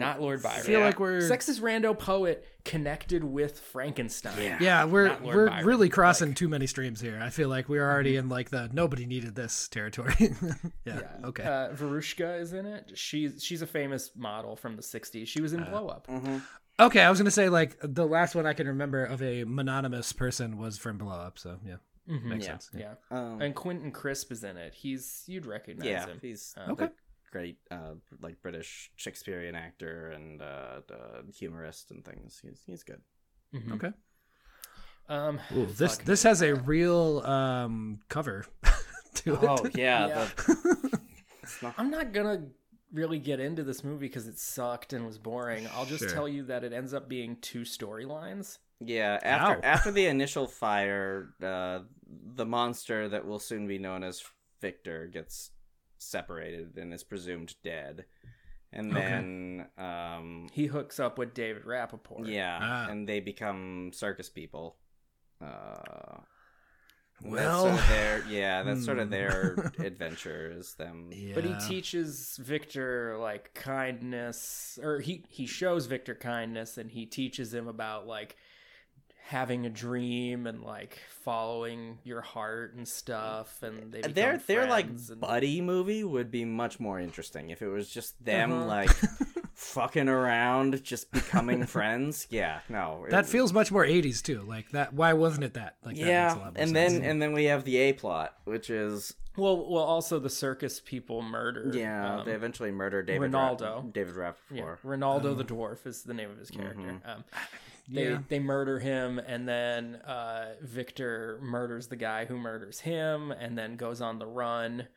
Speaker 5: not Lord Byron.
Speaker 4: Hmm. feel like we're-
Speaker 5: sexist rando poet connected with Frankenstein.
Speaker 6: Yeah.
Speaker 4: Yeah, we're
Speaker 5: Not Lord
Speaker 4: we're
Speaker 5: Byron,
Speaker 4: really crossing too many streams here. I feel like we're already
Speaker 5: Mm-hmm.
Speaker 4: in like the nobody needed this territory. yeah, Okay.
Speaker 5: Uh, Verushka is in it. She's she's a famous model from the '60s. She was
Speaker 4: Uh,
Speaker 5: in Blow Up.
Speaker 4: okay. I was gonna say like the last one I can remember of a mononymous person was from Blow Up. So yeah, makes
Speaker 6: Yeah.
Speaker 4: sense.
Speaker 5: Mm-hmm. Yeah.
Speaker 6: Um,
Speaker 5: And Quentin Crisp is in it. He's you'd recognize
Speaker 6: yeah.
Speaker 5: him.
Speaker 6: He's
Speaker 5: Uh,
Speaker 4: Okay.
Speaker 6: the great, uh, like British Shakespearean actor and uh, uh, humorist and things. He's he's good.
Speaker 5: Mhm.
Speaker 4: Okay.
Speaker 5: Um,
Speaker 4: Ooh, this
Speaker 5: fuck.
Speaker 4: this has a real um cover to it.
Speaker 6: Oh yeah.
Speaker 5: Yeah.
Speaker 6: the- it's not-
Speaker 5: I'm not gonna really get into this movie because it sucked and was boring. I'll just
Speaker 4: Sure.
Speaker 5: tell you that it ends up being two storylines.
Speaker 6: yeah. After
Speaker 4: Ow.
Speaker 6: after the initial fire, uh, the monster that will soon be known as Victor gets separated and is presumed dead, and
Speaker 4: Okay.
Speaker 6: then um,
Speaker 5: He hooks up with David Rappaport.
Speaker 6: yeah,
Speaker 4: Ah.
Speaker 6: and they become circus people. Uh, And that's
Speaker 4: Well,
Speaker 6: sort of their yeah, that's sort of
Speaker 4: hmm.
Speaker 6: their adventure is them.
Speaker 4: yeah.
Speaker 5: But he teaches Victor like kindness, or he he shows Victor kindness, and he teaches him about like having a dream and like following your heart and stuff. And they become
Speaker 6: Their their like
Speaker 5: friends and...
Speaker 6: buddy movie would be much more interesting if it was just them
Speaker 5: Uh-huh.
Speaker 6: like fucking around, just becoming friends. Yeah, no, it-
Speaker 4: that feels much more 80s too. Like that. Why wasn't it that? Like that makes a
Speaker 6: yeah.
Speaker 4: lot more
Speaker 6: And
Speaker 4: sense.
Speaker 6: then and then we have the A plot, which is
Speaker 5: Well, well, also the circus people murder.
Speaker 6: yeah,
Speaker 5: um,
Speaker 6: they eventually murder David Ra-
Speaker 5: Ronaldo.
Speaker 6: David Rappaport.
Speaker 5: yeah, Ronaldo
Speaker 6: Um,
Speaker 5: the dwarf is the name of his
Speaker 6: mm-hmm.
Speaker 5: character. Um, they
Speaker 4: Yeah.
Speaker 5: they murder him, and then uh, Victor murders the guy who murders him, and then goes on the run.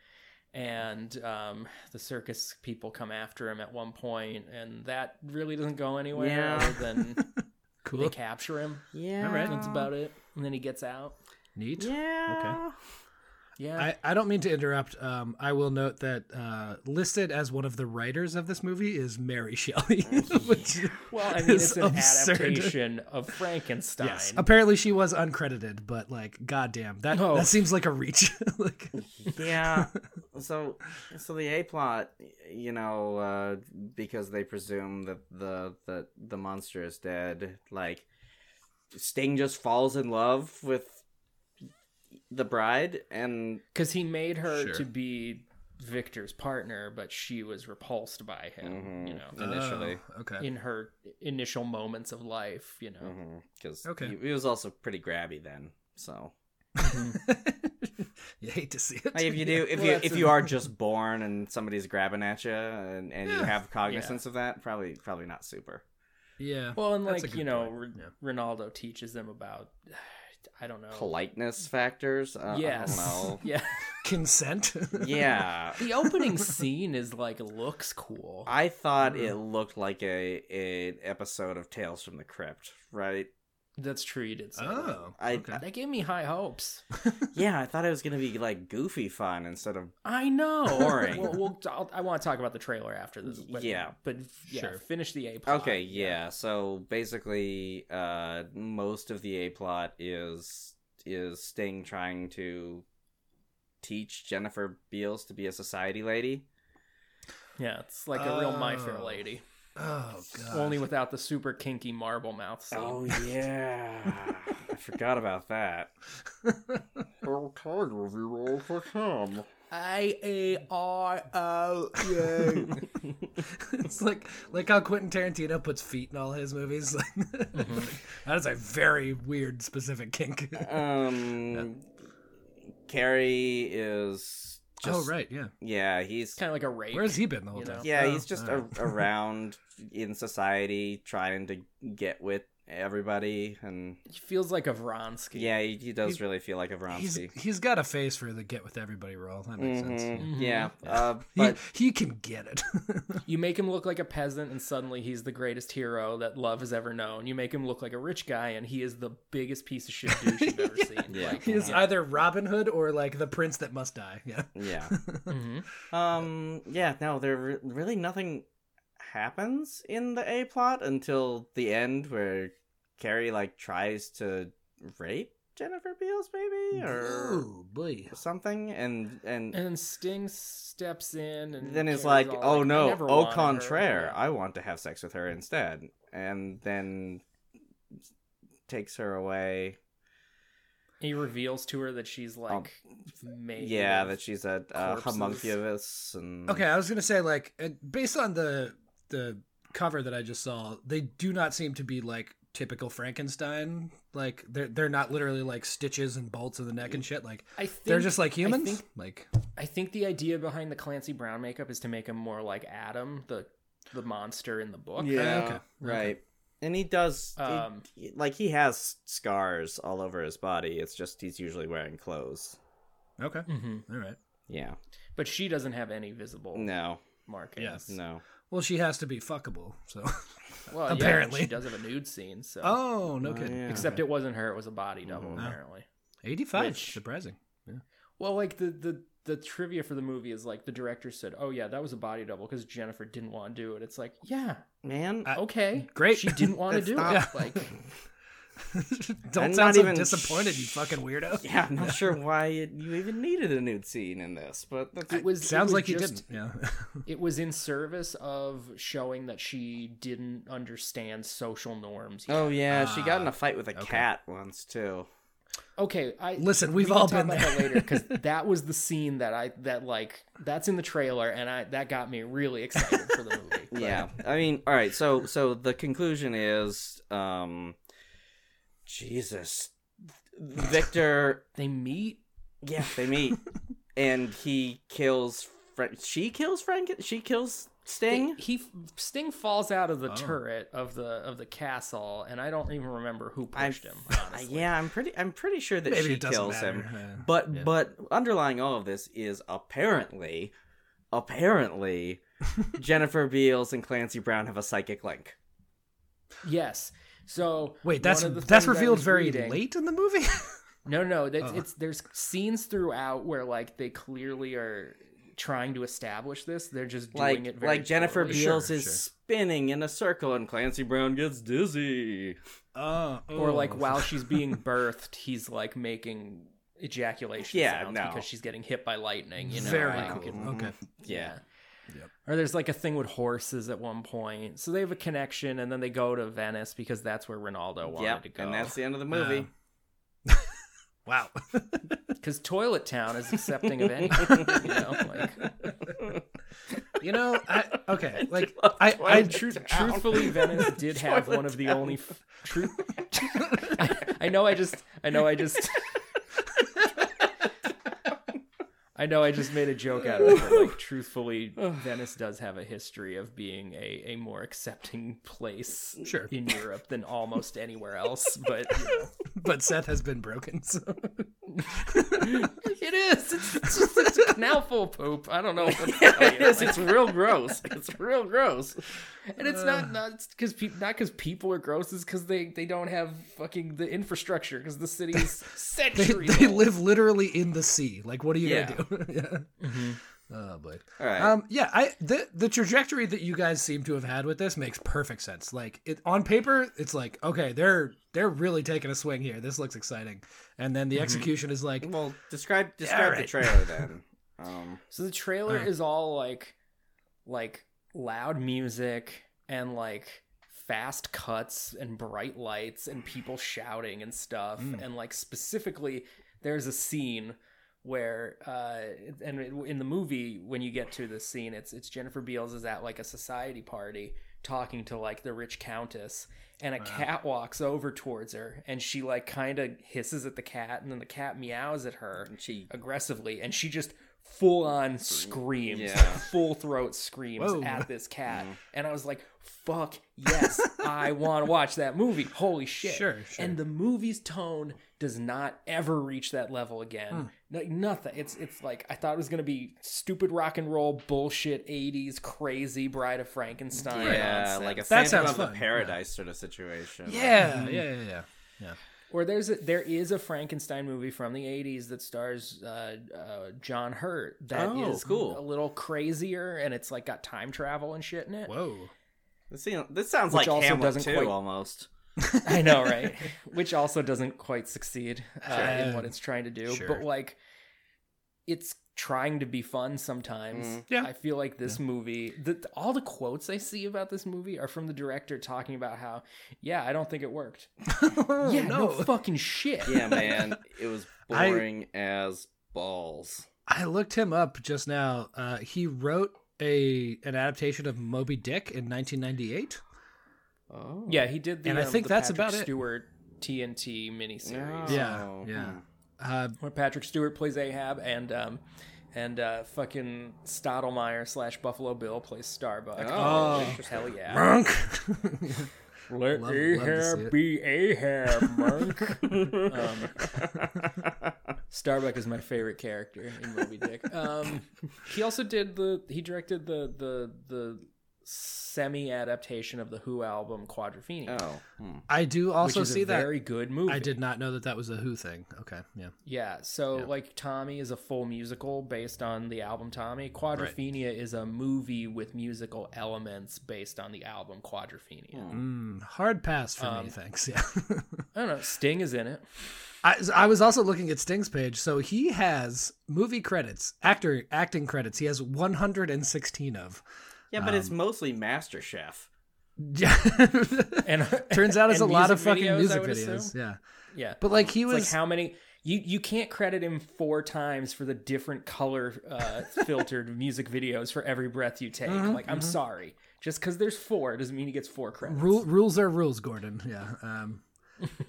Speaker 5: And um, the circus people come after him at one point, and that really doesn't go anywhere
Speaker 6: Yeah.
Speaker 5: other than they
Speaker 4: cool.
Speaker 5: capture him.
Speaker 6: Yeah.
Speaker 4: All right.
Speaker 5: That's about it. And then he gets out.
Speaker 4: Neat.
Speaker 6: Yeah.
Speaker 5: Yeah.
Speaker 4: I, I don't mean to interrupt. Um, I will note that uh, listed as one of the writers of this movie is Mary Shelley.
Speaker 6: Mm-hmm.
Speaker 4: which
Speaker 5: well, I mean,
Speaker 4: is
Speaker 5: it's an
Speaker 4: absurd.
Speaker 5: adaptation of Frankenstein.
Speaker 4: Yes. Apparently, she was uncredited, but like, goddamn, that
Speaker 5: Oh.
Speaker 4: that seems like a reach. like,
Speaker 6: yeah so so the a plot you know uh because they presume that the that the monster is dead like sting just falls in love with the bride and
Speaker 5: Because he made her
Speaker 4: Sure.
Speaker 5: to be Victor's partner, but she was repulsed by him, you
Speaker 6: Mhm.
Speaker 5: know,
Speaker 6: Initially.
Speaker 4: Mm-hmm. Oh, Mm-hmm. okay.
Speaker 5: in her initial moments of life, you know.
Speaker 6: because
Speaker 4: Okay.
Speaker 6: Mm-hmm. he, he was also pretty grabby then so
Speaker 4: you hate to see it.
Speaker 6: like if you do if
Speaker 5: Well,
Speaker 6: you
Speaker 5: that's
Speaker 6: if
Speaker 5: a-
Speaker 6: you are just born and somebody's grabbing at you and, and you
Speaker 4: Yeah.
Speaker 6: have cognizance of that probably probably not super
Speaker 4: Yeah.
Speaker 5: Well, and
Speaker 4: That's a
Speaker 5: like,
Speaker 4: good
Speaker 5: you know,
Speaker 4: point. Yeah.
Speaker 5: Re- Ronaldo teaches them about, I
Speaker 4: Oh.
Speaker 5: don't know.
Speaker 6: politeness factors uh,
Speaker 5: Yes.
Speaker 6: I don't know.
Speaker 5: Yeah.
Speaker 4: Consent.
Speaker 6: yeah
Speaker 5: The opening scene is like, looks cool.
Speaker 6: I thought it looked like a an episode of Tales from the Crypt, right?
Speaker 5: That's true. You did say that.
Speaker 4: oh.
Speaker 6: I-
Speaker 4: okay.
Speaker 5: That gave me high hopes.
Speaker 6: Yeah, I thought it was gonna be like goofy fun instead of
Speaker 5: I know.
Speaker 6: Boring.
Speaker 5: We'll, we'll, I'll, I want to talk about the trailer after this. But,
Speaker 6: Yeah.
Speaker 5: But yeah,
Speaker 4: Sure.
Speaker 5: finish the A plot.
Speaker 6: okay, yeah. So basically, uh, most of the a plot is is Sting trying to teach Jennifer Beals to be a society lady.
Speaker 5: Yeah, it's like a real My Fair
Speaker 4: Oh.
Speaker 5: Lady,
Speaker 4: oh god.
Speaker 6: Uh,
Speaker 5: only without the super kinky marble mouth scene.
Speaker 6: Oh. yeah, I forgot about that.
Speaker 5: I A R uh, O.
Speaker 4: it's like like how Quentin Tarantino puts feet in all his movies.
Speaker 6: Mm-hmm.
Speaker 4: that is a very weird specific kink.
Speaker 6: Uh, Um, Carrie is just
Speaker 4: oh right, yeah.
Speaker 6: yeah. He's
Speaker 5: Kind of like a rape.
Speaker 4: Where's he been the whole
Speaker 5: you
Speaker 4: time?
Speaker 5: know.
Speaker 6: Yeah,
Speaker 4: Oh,
Speaker 6: he's just
Speaker 4: alright.
Speaker 6: a- around in society trying to get with everybody, and
Speaker 5: He feels like a Vronsky.
Speaker 6: yeah, he, he does
Speaker 4: He-
Speaker 6: really feel like a
Speaker 4: He's
Speaker 6: Vronsky.
Speaker 4: he's got a face for the get with everybody role. That makes sense. Mm-hmm.
Speaker 6: Mhm,
Speaker 5: Mhm.
Speaker 6: Yeah, uh,
Speaker 4: He,
Speaker 6: but
Speaker 4: he can get it.
Speaker 5: You make him look like a peasant, and suddenly he's the greatest hero that love has ever known. You make him look like a rich guy, and he is the biggest piece of shit douche you've ever seen.
Speaker 6: Yeah.
Speaker 5: Like,
Speaker 4: He is either Robin Hood or like the prince that must die. Yeah.
Speaker 6: yeah,
Speaker 5: mhm.
Speaker 6: um, yeah, no, there re- really nothing happens in the A plot until the end where Carrie like tries to rape Jennifer Beals, maybe or
Speaker 4: boy.
Speaker 6: something, and and.
Speaker 5: And then Sting steps in, and
Speaker 6: then it's
Speaker 5: Carrie's
Speaker 6: like,
Speaker 5: all
Speaker 6: oh
Speaker 5: like, I
Speaker 6: no,
Speaker 5: never
Speaker 6: au
Speaker 5: wanted her."
Speaker 6: contraire,
Speaker 5: Yeah.
Speaker 6: I want to have sex with her instead, and then takes her away.
Speaker 5: He reveals to her that she's like made.
Speaker 6: Um, yeah,
Speaker 5: of-
Speaker 6: that she's a, a
Speaker 5: corpses.
Speaker 6: homunculus,
Speaker 5: Mm-hmm.
Speaker 6: and
Speaker 4: Okay, I was gonna say like uh, based on the the cover that I just saw, they do not seem to be like typical Frankenstein. Like they're they're not literally like stitches and bolts in the neck and shit. Like
Speaker 5: Mm. I think
Speaker 4: they're just like humans.
Speaker 5: I think,
Speaker 4: like
Speaker 5: I think the idea behind the Clancy Brown makeup is to make him more like Adam, the the monster in the book.
Speaker 6: yeah,
Speaker 4: okay, okay.
Speaker 6: right. And he does, he-
Speaker 5: Um,
Speaker 6: he- like, he has scars all over his body. It's just he's usually wearing clothes.
Speaker 4: okay,
Speaker 5: hmm
Speaker 4: all right.
Speaker 6: Yeah.
Speaker 5: But she doesn't have any visible
Speaker 6: No.
Speaker 5: markings.
Speaker 4: Yes.
Speaker 6: No.
Speaker 4: Well, she has to be fuckable. So
Speaker 5: Well, apparently
Speaker 4: Apparently.
Speaker 5: yeah, she does have a nude scene. So
Speaker 4: oh
Speaker 5: uh,
Speaker 4: no
Speaker 6: Oh,
Speaker 4: kidding.
Speaker 6: yeah.
Speaker 5: except it wasn't her; it was a body double.
Speaker 6: Mhm.
Speaker 4: Oh.
Speaker 5: Apparently.
Speaker 4: eighty five.
Speaker 5: which-
Speaker 4: Surprising.
Speaker 5: Well, like the the the trivia for the movie is like the director said, "Oh yeah, that was a body double because Jennifer didn't want to do it." It's like, yeah,
Speaker 6: Man,
Speaker 4: I-
Speaker 5: okay,
Speaker 4: Uh, Great.
Speaker 5: She didn't want to
Speaker 6: That's
Speaker 5: do it.
Speaker 6: not-
Speaker 5: Like,
Speaker 4: Don't
Speaker 6: I'm not
Speaker 4: sound so
Speaker 6: even
Speaker 4: disappointed, you
Speaker 6: sh-
Speaker 4: fucking weirdo.
Speaker 6: yeah, I'm not sure why it, you even needed a nude scene in this, but that's,
Speaker 5: it was it
Speaker 4: Sounds
Speaker 5: was
Speaker 4: like you
Speaker 5: just-
Speaker 4: didn't. Yeah.
Speaker 5: It was in service of showing that she didn't understand social norms. yet.
Speaker 6: oh yeah, she got in
Speaker 4: Ah,
Speaker 6: a fight with a
Speaker 4: okay.
Speaker 6: cat once too.
Speaker 5: Okay, I
Speaker 4: Listen,
Speaker 5: we
Speaker 4: we've
Speaker 5: can
Speaker 4: all
Speaker 5: talk
Speaker 4: been
Speaker 5: about that
Speaker 4: there.
Speaker 5: later because that was the scene that I that like that's in the trailer and I that got me really excited for the movie. But
Speaker 6: yeah i mean all right so so the conclusion is um jesus victor
Speaker 5: they meet.
Speaker 6: yeah they meet and he kills frank she kills frank she kills sting
Speaker 5: He Sting falls out of the
Speaker 4: Oh.
Speaker 5: turret of the of the castle, and I don't even remember who
Speaker 6: I'm-
Speaker 5: pushed him. Honestly,
Speaker 6: yeah i'm pretty i'm pretty sure that
Speaker 4: Maybe
Speaker 6: she
Speaker 4: it doesn't
Speaker 6: kills
Speaker 4: matter.
Speaker 6: him
Speaker 4: yeah.
Speaker 6: but but underlying all of this is apparently apparently jennifer beals and clancy brown have a psychic link
Speaker 5: yes. So
Speaker 4: Wait, that's
Speaker 5: one of the
Speaker 4: that's
Speaker 5: things I
Speaker 4: revealed
Speaker 5: was
Speaker 4: very
Speaker 5: reading-
Speaker 4: late in the movie.
Speaker 5: No, no, it's,
Speaker 4: Oh.
Speaker 5: it's there's scenes throughout where like they clearly are trying to establish this. They're just doing
Speaker 6: like
Speaker 5: it very
Speaker 6: like Jennifer
Speaker 5: poorly.
Speaker 4: Sure,
Speaker 6: Beals is
Speaker 4: sure.
Speaker 6: spinning in a circle and Clancy Brown gets dizzy.
Speaker 4: Oh,
Speaker 5: or like
Speaker 4: oh.
Speaker 5: while she's being birthed, he's like making ejaculation
Speaker 6: Yeah,
Speaker 5: sounds
Speaker 6: no.
Speaker 5: because she's getting hit by lightning. You know,
Speaker 4: very
Speaker 5: like, mm-hmm.
Speaker 4: cool.
Speaker 5: and-
Speaker 4: Okay,
Speaker 6: Yeah.
Speaker 4: Yep.
Speaker 5: Or there's like a thing with horses at one point, so they have a connection, and then they go to Venice because that's where Ronaldo wanted
Speaker 6: Yep.
Speaker 5: to go.
Speaker 6: And that's the end of the movie.
Speaker 4: wow.
Speaker 5: because Toilet Town is accepting of anything. you know, like
Speaker 4: you know, I, okay, like
Speaker 6: love
Speaker 4: I, I
Speaker 6: Twilight
Speaker 4: tru-
Speaker 6: Town.
Speaker 5: truthfully, Venice did have one of the only f- truth. I, I know. I just. I know. I just. I know. I just made a joke out of it. But like, truthfully, Venice does have a history of being a a more accepting place
Speaker 4: Sure.
Speaker 5: in Europe than almost anywhere else. But you know,
Speaker 4: but Seth has been broken. So
Speaker 5: it is. It's, it's just it's a canalful poop. I don't know. What to
Speaker 4: Oh,
Speaker 5: tell
Speaker 6: it
Speaker 5: you.
Speaker 6: is. It's real gross. It's real gross.
Speaker 5: And it's not not because pe- not because people are gross. It's because they they don't have fucking the infrastructure. Because the city is
Speaker 4: they,
Speaker 5: centuries.
Speaker 4: they
Speaker 5: old.
Speaker 4: live literally in the sea. Like, what are you
Speaker 6: Yeah.
Speaker 4: gonna do? yeah. Oh boy.
Speaker 6: All right.
Speaker 4: Um, yeah, I the the trajectory that you guys seem to have had with this makes perfect sense. Like it on paper, it's like okay, they're they're really taking a swing here. This looks exciting, and then the execution is like
Speaker 6: well, describe describe the
Speaker 4: right.
Speaker 6: trailer then. Um,
Speaker 5: So the trailer
Speaker 4: Uh.
Speaker 5: is all like like loud music and like fast cuts and bright lights and people shouting and stuff and like specifically there's a scene where uh and in the movie when you get to the scene it's it's Jennifer Beals is at like a society party talking to like the rich countess and a cat walks over towards her and she like kind of hisses at the cat and then the cat meows at her
Speaker 6: she
Speaker 5: aggressively and she just full on screams
Speaker 6: Yeah. Mm-hmm.
Speaker 5: like, full throat screams
Speaker 4: Whoa.
Speaker 5: at this cat and i was like fuck yes i want to watch that movie holy shit
Speaker 4: Sure, sure.
Speaker 5: and the movie's tone does not ever reach that level again
Speaker 4: Hmm.
Speaker 5: like nothing it's it's like i thought it was going to be stupid rock and roll bullshit 80s crazy bride of frankenstein
Speaker 6: yeah,
Speaker 5: nonsense.
Speaker 6: like a
Speaker 4: That
Speaker 6: Phantom
Speaker 4: sounds
Speaker 6: of the
Speaker 4: fun, yeah.
Speaker 6: Paradise sort of situation.
Speaker 4: yeah, yeah, yeah, yeah.
Speaker 5: Or there's a, there is a Frankenstein movie from the '80s that stars uh, uh, John Hurt that
Speaker 6: Oh,
Speaker 5: is a
Speaker 6: cool.
Speaker 5: little crazier, and it's like got time travel and shit in it.
Speaker 4: Whoa.
Speaker 6: This, se- this sounds
Speaker 5: Which
Speaker 6: like
Speaker 5: also
Speaker 6: Hamlet
Speaker 5: doesn't
Speaker 6: too,
Speaker 5: quite-
Speaker 6: almost.
Speaker 5: I know, right? Which also doesn't quite succeed uh, in what it's trying to do,
Speaker 4: Sure.
Speaker 5: but like it's trying to be fun sometimes.
Speaker 6: Mhm.
Speaker 4: Yeah.
Speaker 5: I feel like this movie, the, all the quotes I see about this movie are from the director talking about how, yeah, I don't think it worked.
Speaker 4: Oh,
Speaker 5: yeah, no. fucking shit.
Speaker 6: Yeah, man, it was
Speaker 4: I-
Speaker 6: boring as balls.
Speaker 4: I looked him up just now. Uh, he wrote a an adaptation of Moby Dick in 1998.
Speaker 6: Oh,
Speaker 5: Yeah, he did the
Speaker 4: And I
Speaker 5: um,
Speaker 4: think
Speaker 5: the
Speaker 4: that's
Speaker 5: Patrick
Speaker 4: about it.
Speaker 5: Stewart TNT
Speaker 6: Oh.
Speaker 5: miniseries
Speaker 4: Yeah, yeah.
Speaker 6: Hmm.
Speaker 4: Uh,
Speaker 5: where Patrick Stewart plays Ahab and um and uh fucking Stottlemyre slash Buffalo Bill plays Starbuck.
Speaker 6: Oh,
Speaker 5: hell yeah.
Speaker 4: Bronk.
Speaker 5: Let
Speaker 4: Love- love to see it.
Speaker 5: be Ahab, Monk. um, Starbuck is my favorite character in Moby Dick. Um, he also did the he directed the the the semi adaptation of the Who album Quadrophenia.
Speaker 6: Oh, hmm.
Speaker 4: I do also
Speaker 5: which is
Speaker 4: see
Speaker 5: a
Speaker 4: that.
Speaker 5: very good movie.
Speaker 4: I did not know that that was a Who thing. Okay, yeah.
Speaker 5: Yeah, so like Tommy is a full musical based on the album Tommy. Quadrophenia is a movie with musical elements based on the album Quadrophenia. Hmm.
Speaker 4: Mm, hard pass for
Speaker 5: Um,
Speaker 4: me, thanks. Yeah.
Speaker 5: I don't know. Sting is in it.
Speaker 4: I, I was also looking at Sting's page, so he has movie credits, actor acting credits. He has 116 of.
Speaker 6: yeah, but
Speaker 4: Um,
Speaker 6: it's mostly Master Chef.
Speaker 4: Yeah.
Speaker 5: And
Speaker 4: Turns out it's a
Speaker 5: and
Speaker 4: lot of fucking
Speaker 5: videos, I
Speaker 4: music
Speaker 5: would
Speaker 4: videos.
Speaker 5: assume.
Speaker 4: Yeah,
Speaker 5: Yeah,
Speaker 4: but like he
Speaker 5: it's
Speaker 4: was
Speaker 5: like how many? You you can't credit him four times for the different color uh, filtered music videos for every breath you take.
Speaker 4: Mm-hmm,
Speaker 5: like I'm sorry, just because there's four doesn't mean he gets four credits.
Speaker 4: Rule, rules are rules, Gordon. Yeah. Um,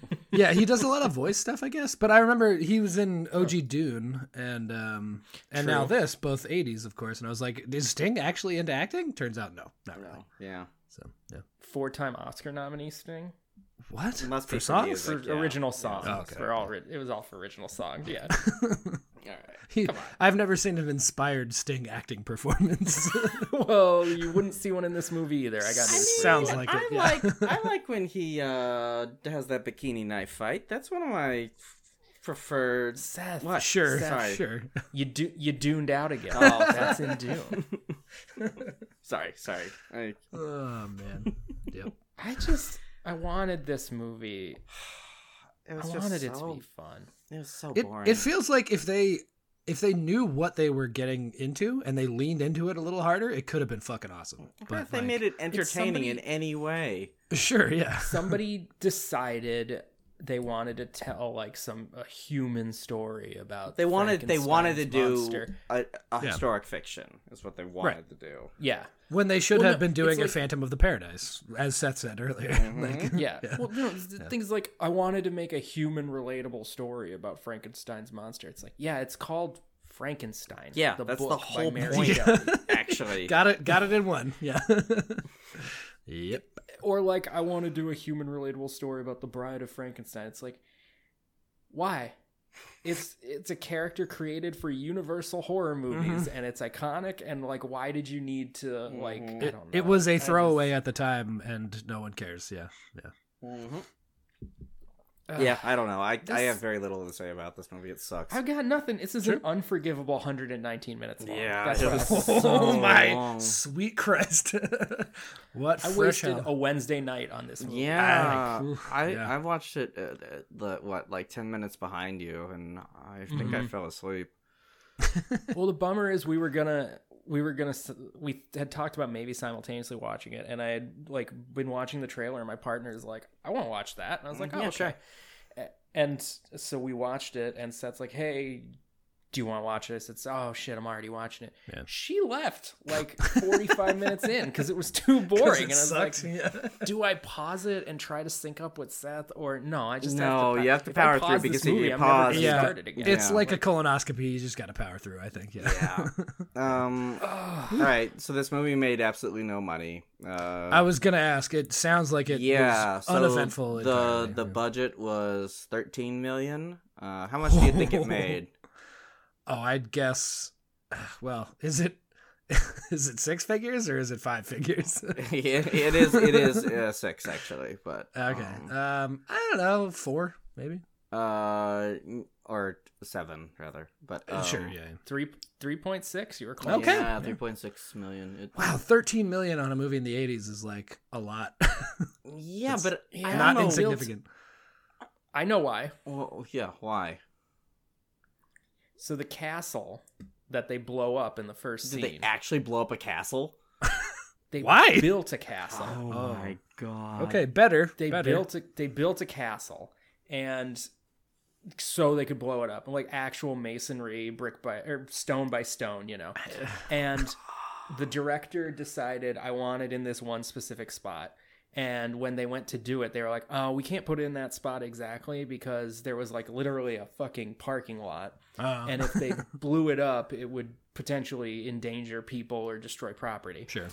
Speaker 4: yeah, he does a lot of voice stuff, I guess. But I remember he was in OG Dune and um, and now
Speaker 5: True.
Speaker 4: this, both 80s, of course. And I was like, is Sting actually into acting? Turns out, no, not really.
Speaker 6: No, yeah,
Speaker 4: So, yeah.
Speaker 5: Four time Oscar nominee Sting.
Speaker 4: What?
Speaker 6: It must be
Speaker 4: For
Speaker 6: for
Speaker 4: songs?
Speaker 6: music.
Speaker 5: for
Speaker 6: Like, yeah.
Speaker 5: original songs.
Speaker 4: Oh, okay.
Speaker 5: For all ri- it was all for original songs. Yeah.
Speaker 6: All right.
Speaker 4: He- I've never seen an inspired Sting acting performance.
Speaker 5: well, Oh, you wouldn't see one in this movie either. I got news. for you.
Speaker 4: Sounds like it,
Speaker 6: I
Speaker 4: yeah.
Speaker 6: like I like when he uh, has that bikini knife fight. That's one of my preferred.
Speaker 5: Seth,
Speaker 6: What?
Speaker 4: Sure,
Speaker 6: Sorry.
Speaker 4: sure.
Speaker 5: you do you duned out again.
Speaker 6: Oh,
Speaker 5: that's in Dune.
Speaker 6: Sorry, sorry. I,
Speaker 4: Oh man. Yep.
Speaker 5: I just I wanted this movie.
Speaker 6: it
Speaker 5: I
Speaker 6: was just
Speaker 5: wanted it
Speaker 6: so-
Speaker 5: to be fun.
Speaker 6: It was so
Speaker 4: It,
Speaker 6: boring.
Speaker 4: it feels like if they if they knew what they were getting into and they leaned into it a little harder, it could have been fucking awesome.
Speaker 6: I wonder
Speaker 4: But
Speaker 6: if they made it entertaining in
Speaker 5: somebody-
Speaker 6: any way.
Speaker 4: sure, yeah.
Speaker 5: Somebody decided they wanted to tell like some a human story about
Speaker 6: They wanted. They wanted to do
Speaker 5: Frankenstein's monster.
Speaker 6: a, a
Speaker 4: Yeah.
Speaker 6: historic fiction. Is what they wanted to do.
Speaker 5: yeah
Speaker 4: When they should
Speaker 5: Well,
Speaker 4: have
Speaker 5: no,
Speaker 4: been doing
Speaker 5: it's
Speaker 4: a
Speaker 5: like- Mm-hmm.
Speaker 4: Phantom of the Paradise, as Seth said earlier. Like,
Speaker 5: yeah. Well, no, the things like I wanted to make a human relatable story about Frankenstein's monster. It's like, yeah, it's called Frankenstein.
Speaker 6: Yeah, that's the
Speaker 5: book by
Speaker 6: whole
Speaker 5: Mary
Speaker 6: point.
Speaker 5: Shelley.
Speaker 6: Actually,
Speaker 4: got it got it in one. Yeah. yep.
Speaker 5: or like, I want to do a human relatable story about the Bride of Frankenstein. It's like, why? It's it's a character created for Universal horror movies,
Speaker 4: Mm-hmm.
Speaker 5: and it's iconic. And like, why did you need to like?
Speaker 6: Mm-hmm.
Speaker 5: I don't know.
Speaker 4: It was a throwaway at the time and no one cares. Yeah. Yeah.
Speaker 6: Mhm. yeah. I don't know. I I have very little to say about this movie. It sucks.
Speaker 5: I've got nothing. This is an unforgivable 119 minutes long.
Speaker 6: Yeah,
Speaker 5: That's
Speaker 6: it
Speaker 5: what I
Speaker 6: was
Speaker 5: have to say.
Speaker 6: So
Speaker 4: oh my
Speaker 6: long.
Speaker 4: sweet Christ. what
Speaker 5: I
Speaker 4: fresh
Speaker 5: wasted
Speaker 4: hell.
Speaker 5: a Wednesday night on this movie.
Speaker 6: Yeah,
Speaker 4: oof,
Speaker 6: I
Speaker 4: yeah.
Speaker 6: I watched it uh, uh, the what like ten minutes behind you, and I think
Speaker 4: Mm-hmm.
Speaker 6: I fell asleep.
Speaker 5: Well, the bummer is we were gonna we were gonna s- we had talked about maybe simultaneously watching it, and I had like been watching the trailer, and my partner is like, "I want to watch that," and I was like, "Oh,
Speaker 6: Mm, Yeah,
Speaker 5: okay." A- And so we watched it, and Seth's like, "Hey." Do you want to watch this? It's oh shit! I'm already watching it.
Speaker 4: Yeah.
Speaker 5: She left like 45 minutes in because it was too boring, and I was like,
Speaker 4: yeah.
Speaker 5: do I pause it and try to sync up with Seth or no? I just
Speaker 6: No,
Speaker 5: Have to
Speaker 6: you have to
Speaker 5: if I
Speaker 6: power through
Speaker 5: pause
Speaker 6: because
Speaker 5: this
Speaker 6: you
Speaker 5: movie, I'm
Speaker 6: pause.
Speaker 5: Never
Speaker 4: Yeah.
Speaker 5: yeah, started again.
Speaker 4: It's
Speaker 6: Yeah,
Speaker 4: like, a colonoscopy. You just got to power through, I think. Yeah.
Speaker 6: Yeah. um. all right. So this movie made absolutely no money. Uh,
Speaker 4: I was going to ask. It sounds like it
Speaker 6: yeah.
Speaker 4: was
Speaker 6: so
Speaker 4: uneventful.
Speaker 6: The
Speaker 4: entirely.
Speaker 6: the
Speaker 4: Yeah.
Speaker 6: budget was thirteen million. Uh, how much do you think it made?
Speaker 4: Oh, I'd guess. Well, is it is it six figures or is it five figures?
Speaker 6: it, it is it is uh, six actually, but
Speaker 4: okay.
Speaker 6: um,
Speaker 4: Um, I don't know. Four, maybe.
Speaker 6: uh, or seven rather, but um,
Speaker 4: Uh, sure. Yeah.
Speaker 5: three three point six. You were close.
Speaker 4: Okay.
Speaker 6: Yeah, three point six million. It,
Speaker 4: Wow, thirteen million on a movie in the eighties is like a lot.
Speaker 6: Yeah,
Speaker 4: It's
Speaker 6: but I
Speaker 5: I'm
Speaker 4: Not
Speaker 5: a
Speaker 6: don't know.
Speaker 5: insig-
Speaker 4: insignificant.
Speaker 5: I know why.
Speaker 6: Well, yeah, why?
Speaker 5: So the castle that they blow up in the first
Speaker 6: Did
Speaker 5: scene.
Speaker 6: they actually blow up a castle? oh
Speaker 5: they
Speaker 4: Why?
Speaker 5: built a castle?
Speaker 6: my god.
Speaker 4: Oh Okay, better.
Speaker 5: They
Speaker 4: better.
Speaker 5: built a, they built a castle and so they could blow it up like actual masonry brick by or stone by stone you know and the director decided i want it in this one specific spot and when they went to do it they were like oh we can't put it in that spot exactly because there was like literally a fucking parking lot
Speaker 4: Oh,
Speaker 5: and if they blew it up it would potentially endanger people or destroy property
Speaker 4: sure.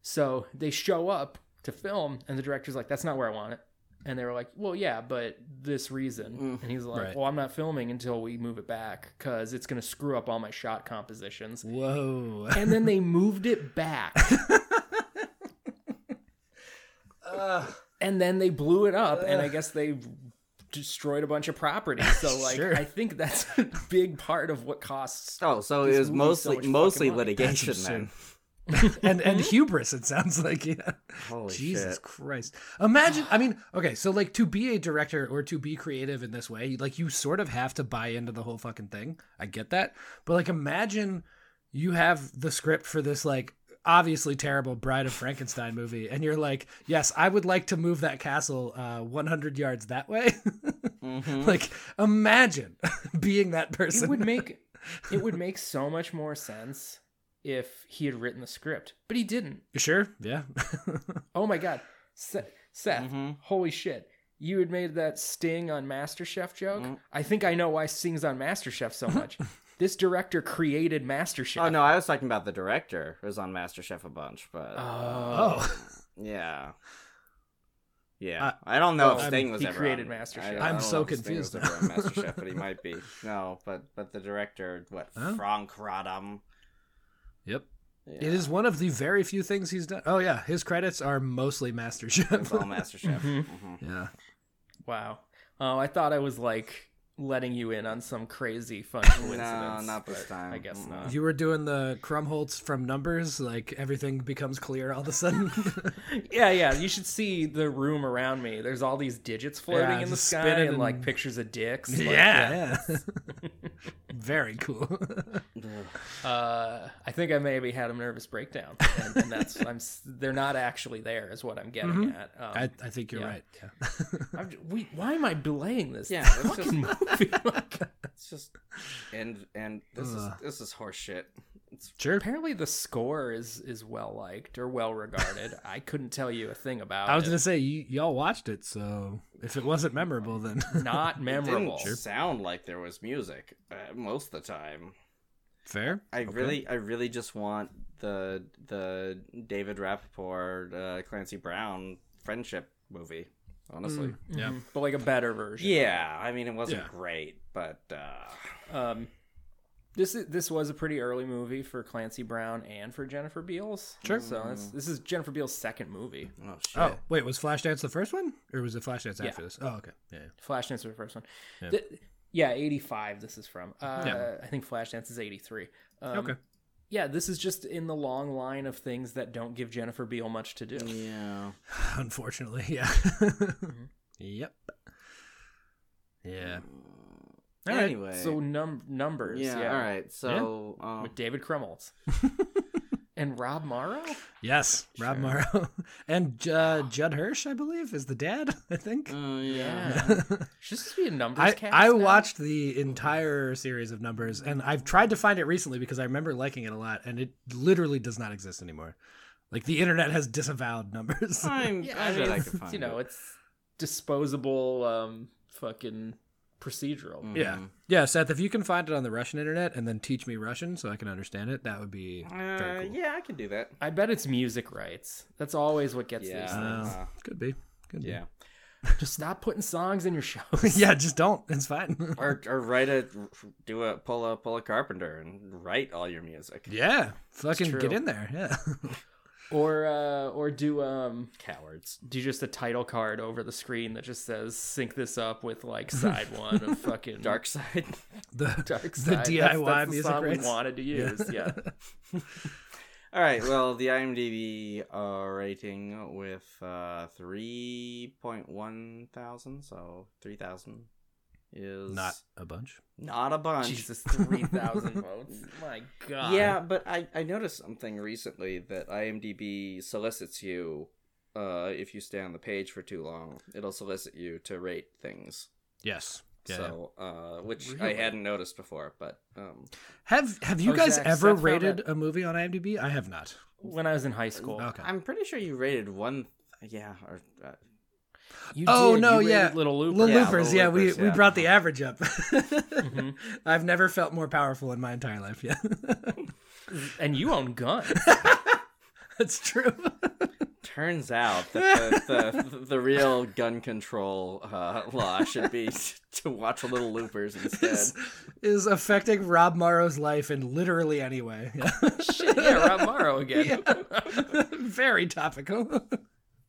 Speaker 5: so they show up to film, and the director's like, "That's not where I want it." And they were like, "Well, yeah, but this reason." And he's like,
Speaker 4: Right.
Speaker 5: "Well, I'm not filming until we move it back because it's gonna screw up all my shot compositions."
Speaker 4: Whoa.
Speaker 5: And then they moved it back,
Speaker 6: Uh,
Speaker 5: and then they blew it up, and I guess they destroyed a bunch of property. So, like,
Speaker 4: Sure.
Speaker 5: I think that's a big part of what costs.
Speaker 6: Oh, so it
Speaker 5: This
Speaker 6: was
Speaker 5: movie is so
Speaker 6: mostly
Speaker 5: much fucking
Speaker 6: mostly
Speaker 5: money.
Speaker 6: litigation
Speaker 4: That's
Speaker 6: then.
Speaker 4: and and
Speaker 6: mm-hmm.
Speaker 4: hubris. It sounds like yeah.
Speaker 6: Holy
Speaker 4: Jesus
Speaker 6: shit.
Speaker 4: Christ! Imagine. I mean, okay, so like to be a director or to be creative in this way, like you sort of have to buy into the whole fucking thing. I get that, but like imagine you have the script for this like obviously terrible Bride of Frankenstein movie, and you're like, yes, I would like to move that castle uh, 100 yards that way.
Speaker 6: Mm-hmm,
Speaker 4: like imagine being that person.
Speaker 5: It would make it would make so much more sense if he had written the script, but he didn't.
Speaker 4: sure, yeah.
Speaker 5: Oh my god, Seth! Seth
Speaker 4: Mm-hmm.
Speaker 6: mm-hmm.
Speaker 5: Holy shit! You had made that Sting on MasterChef joke.
Speaker 4: Mm.
Speaker 5: I think I know why Sting's on MasterChef so much. this director created MasterChef.
Speaker 6: Oh no, I was talking about the director who was on MasterChef a bunch, but
Speaker 4: oh. Uh,
Speaker 6: yeah. Yeah. I don't know if Sting was
Speaker 5: he
Speaker 6: ever
Speaker 5: created
Speaker 6: on,
Speaker 5: MasterChef.
Speaker 6: I don't- I
Speaker 4: I'm
Speaker 6: don't
Speaker 4: so
Speaker 6: know if Sting was
Speaker 4: confused
Speaker 6: ever on
Speaker 4: now.
Speaker 6: MasterChef, but he might be. No, but but the director, what Frank Rodham.
Speaker 4: Yep. It is one of the very few things he's done. Oh yeah, his credits are mostly
Speaker 6: It's all
Speaker 4: MasterChef.
Speaker 6: Mm-hmm. MasterChef.
Speaker 4: yeah.
Speaker 5: Wow. Oh, I thought I was like letting you in on some crazy fun
Speaker 6: No,
Speaker 5: coincidence.
Speaker 6: not this
Speaker 5: but
Speaker 6: time.
Speaker 5: I guess not.
Speaker 4: You were doing the Krumholtz from numbers, like everything becomes clear all of a sudden.
Speaker 5: Yeah, yeah. You should see the room around me. There's all these digits floating
Speaker 4: Yeah,
Speaker 5: in the
Speaker 4: just
Speaker 5: sky
Speaker 4: spin it
Speaker 5: and, like
Speaker 4: and-
Speaker 5: pictures of dicks. Like,
Speaker 4: Very cool.
Speaker 5: Uh, I think I maybe had a nervous breakdown, and, and that's I'm. s- They're not actually there, is what I'm getting
Speaker 4: Mm-hmm.
Speaker 5: at. Um,
Speaker 4: I, I think you're
Speaker 5: Yeah.
Speaker 4: right. Yeah.
Speaker 5: I'm j- we, why am I belaying this?
Speaker 6: Yeah, let's just-
Speaker 5: fucking movie. Like,
Speaker 6: It's just and and this
Speaker 4: Ugh.
Speaker 6: is this is horseshit. It's
Speaker 4: Sure.
Speaker 5: apparently, the score is is well liked or well regarded. I couldn't tell you a thing about.
Speaker 4: I was
Speaker 5: it.
Speaker 4: gonna say y- y'all watched it, so if it wasn't memorable, then
Speaker 5: not
Speaker 6: it
Speaker 5: memorable.
Speaker 6: didn't sound like there was music uh, most of the time.
Speaker 4: fair.
Speaker 6: I
Speaker 4: Okay.
Speaker 6: really, I really just want the the David Rappaport, uh, Clancy Brown friendship movie. Honestly,
Speaker 4: Mm, Yeah.
Speaker 5: Mhm. but like a better version.
Speaker 6: yeah. I mean, it wasn't
Speaker 4: Yeah.
Speaker 6: great, but uh,
Speaker 5: Um, this is, this was a pretty early movie for Clancy Brown and for Jennifer Beals. Sure. So it's, this is Jennifer Beals' second movie.
Speaker 6: oh shit.
Speaker 4: Oh wait, was Flashdance the first one, or was it Flashdance
Speaker 5: Yeah.
Speaker 4: after this? Oh okay. Yeah.
Speaker 5: Flashdance was the first one.
Speaker 4: Yeah.
Speaker 5: Th- Yeah, eighty five. This is from. Uh,
Speaker 4: Yeah.
Speaker 5: I think Flashdance is eighty three. Um,
Speaker 4: okay.
Speaker 5: Yeah, this is just in the long line of things that don't give Jennifer Beal much to do.
Speaker 6: Yeah.
Speaker 4: Unfortunately, yeah. Yep. Yeah. All right,
Speaker 6: Mm. anyway,
Speaker 5: So num numbers.
Speaker 6: yeah,
Speaker 5: Yeah.
Speaker 6: All right. So um,
Speaker 5: With David Kremholz and Rob Morrow.
Speaker 4: Yes, Rob Morrow and uh, Judd Hirsch, I believe, is the dad. I think.
Speaker 6: oh, yeah.
Speaker 5: Yeah. Should this be a numbers
Speaker 4: I,
Speaker 5: cast?
Speaker 4: I
Speaker 5: now?
Speaker 4: watched the entire series of numbers and I've tried to find it recently because I remember liking it a lot and it literally does not exist anymore. Like the internet has disavowowed numbers.
Speaker 6: I'm,
Speaker 5: Yeah,
Speaker 6: I
Speaker 5: I
Speaker 6: would
Speaker 5: mean,
Speaker 6: like to
Speaker 5: it's-
Speaker 6: find
Speaker 5: you know,
Speaker 6: it.
Speaker 5: it's disposable, um, fucking
Speaker 6: Mm.
Speaker 5: procedural.
Speaker 4: yeah. Yeah, Seth, if you can find it on the Russian internet and then teach me Russian so I can understand it, that would be
Speaker 6: Uh,
Speaker 4: very cool.
Speaker 6: yeah, I can do that.
Speaker 5: I bet it's music rights. That's always what gets these
Speaker 6: Yeah.
Speaker 5: things.
Speaker 4: Uh, could be. Could
Speaker 6: Yeah.
Speaker 5: Just stop putting songs in your
Speaker 4: be.
Speaker 5: shows.
Speaker 4: yeah, just don't. It's fine.
Speaker 6: or or write a do a pull a pull a carpenter and write all your music.
Speaker 4: yeah. Fucking
Speaker 5: true.
Speaker 4: get in there. Yeah.
Speaker 5: Or uh, or do um
Speaker 6: Cowards.
Speaker 5: do just a title card over the screen that just says sync this up with like side one of fucking
Speaker 6: Dark side.
Speaker 4: the
Speaker 5: Dark
Speaker 4: the
Speaker 5: Side. That's-
Speaker 4: DIY
Speaker 5: that's the
Speaker 4: music
Speaker 5: song we
Speaker 4: rights.
Speaker 5: wanted to use. Yeah.
Speaker 6: all right. Well, the IMDb uh, rating with uh, three point one thousand, so three thousand is
Speaker 4: Not a bunch.
Speaker 6: not a bunch.
Speaker 5: Jesus, three thousand votes. My God.
Speaker 6: Yeah, but I, I noticed something recently that IMDb solicits you. Uh, if you stay on the page for too long, it'll solicit you to rate things.
Speaker 4: Yes. Yeah.
Speaker 6: so, uh, which I
Speaker 5: Really?
Speaker 6: hadn't noticed before, but um,
Speaker 4: Have have you
Speaker 5: Oh,
Speaker 4: guys
Speaker 5: Zach,
Speaker 4: ever
Speaker 5: Seth found
Speaker 4: rated
Speaker 5: it.
Speaker 4: a movie on IMDb? I have not.
Speaker 5: When I was in high school.
Speaker 4: Okay.
Speaker 6: I'm pretty sure you rated one. Yeah, or uh,
Speaker 5: You
Speaker 4: Oh,
Speaker 5: did.
Speaker 4: no,
Speaker 5: you
Speaker 4: yeah.
Speaker 5: rated Little Looper.
Speaker 4: Little
Speaker 6: Yeah,
Speaker 4: loopers,
Speaker 6: Little
Speaker 4: yeah,
Speaker 6: Loopers,
Speaker 4: we, we
Speaker 6: yeah.
Speaker 4: brought the average up.
Speaker 5: Mm-hmm.
Speaker 4: I've never felt more powerful in my entire life. Yeah,
Speaker 5: And you own guns.
Speaker 4: that's true.
Speaker 6: turns out that the, the, the real gun control uh, law should be to watch a little loopers
Speaker 4: This
Speaker 6: instead.
Speaker 4: is affecting Rob Morrow's life in literally any way. Yeah.
Speaker 5: Shit, yeah, Rob Morrow again.
Speaker 4: Very topical.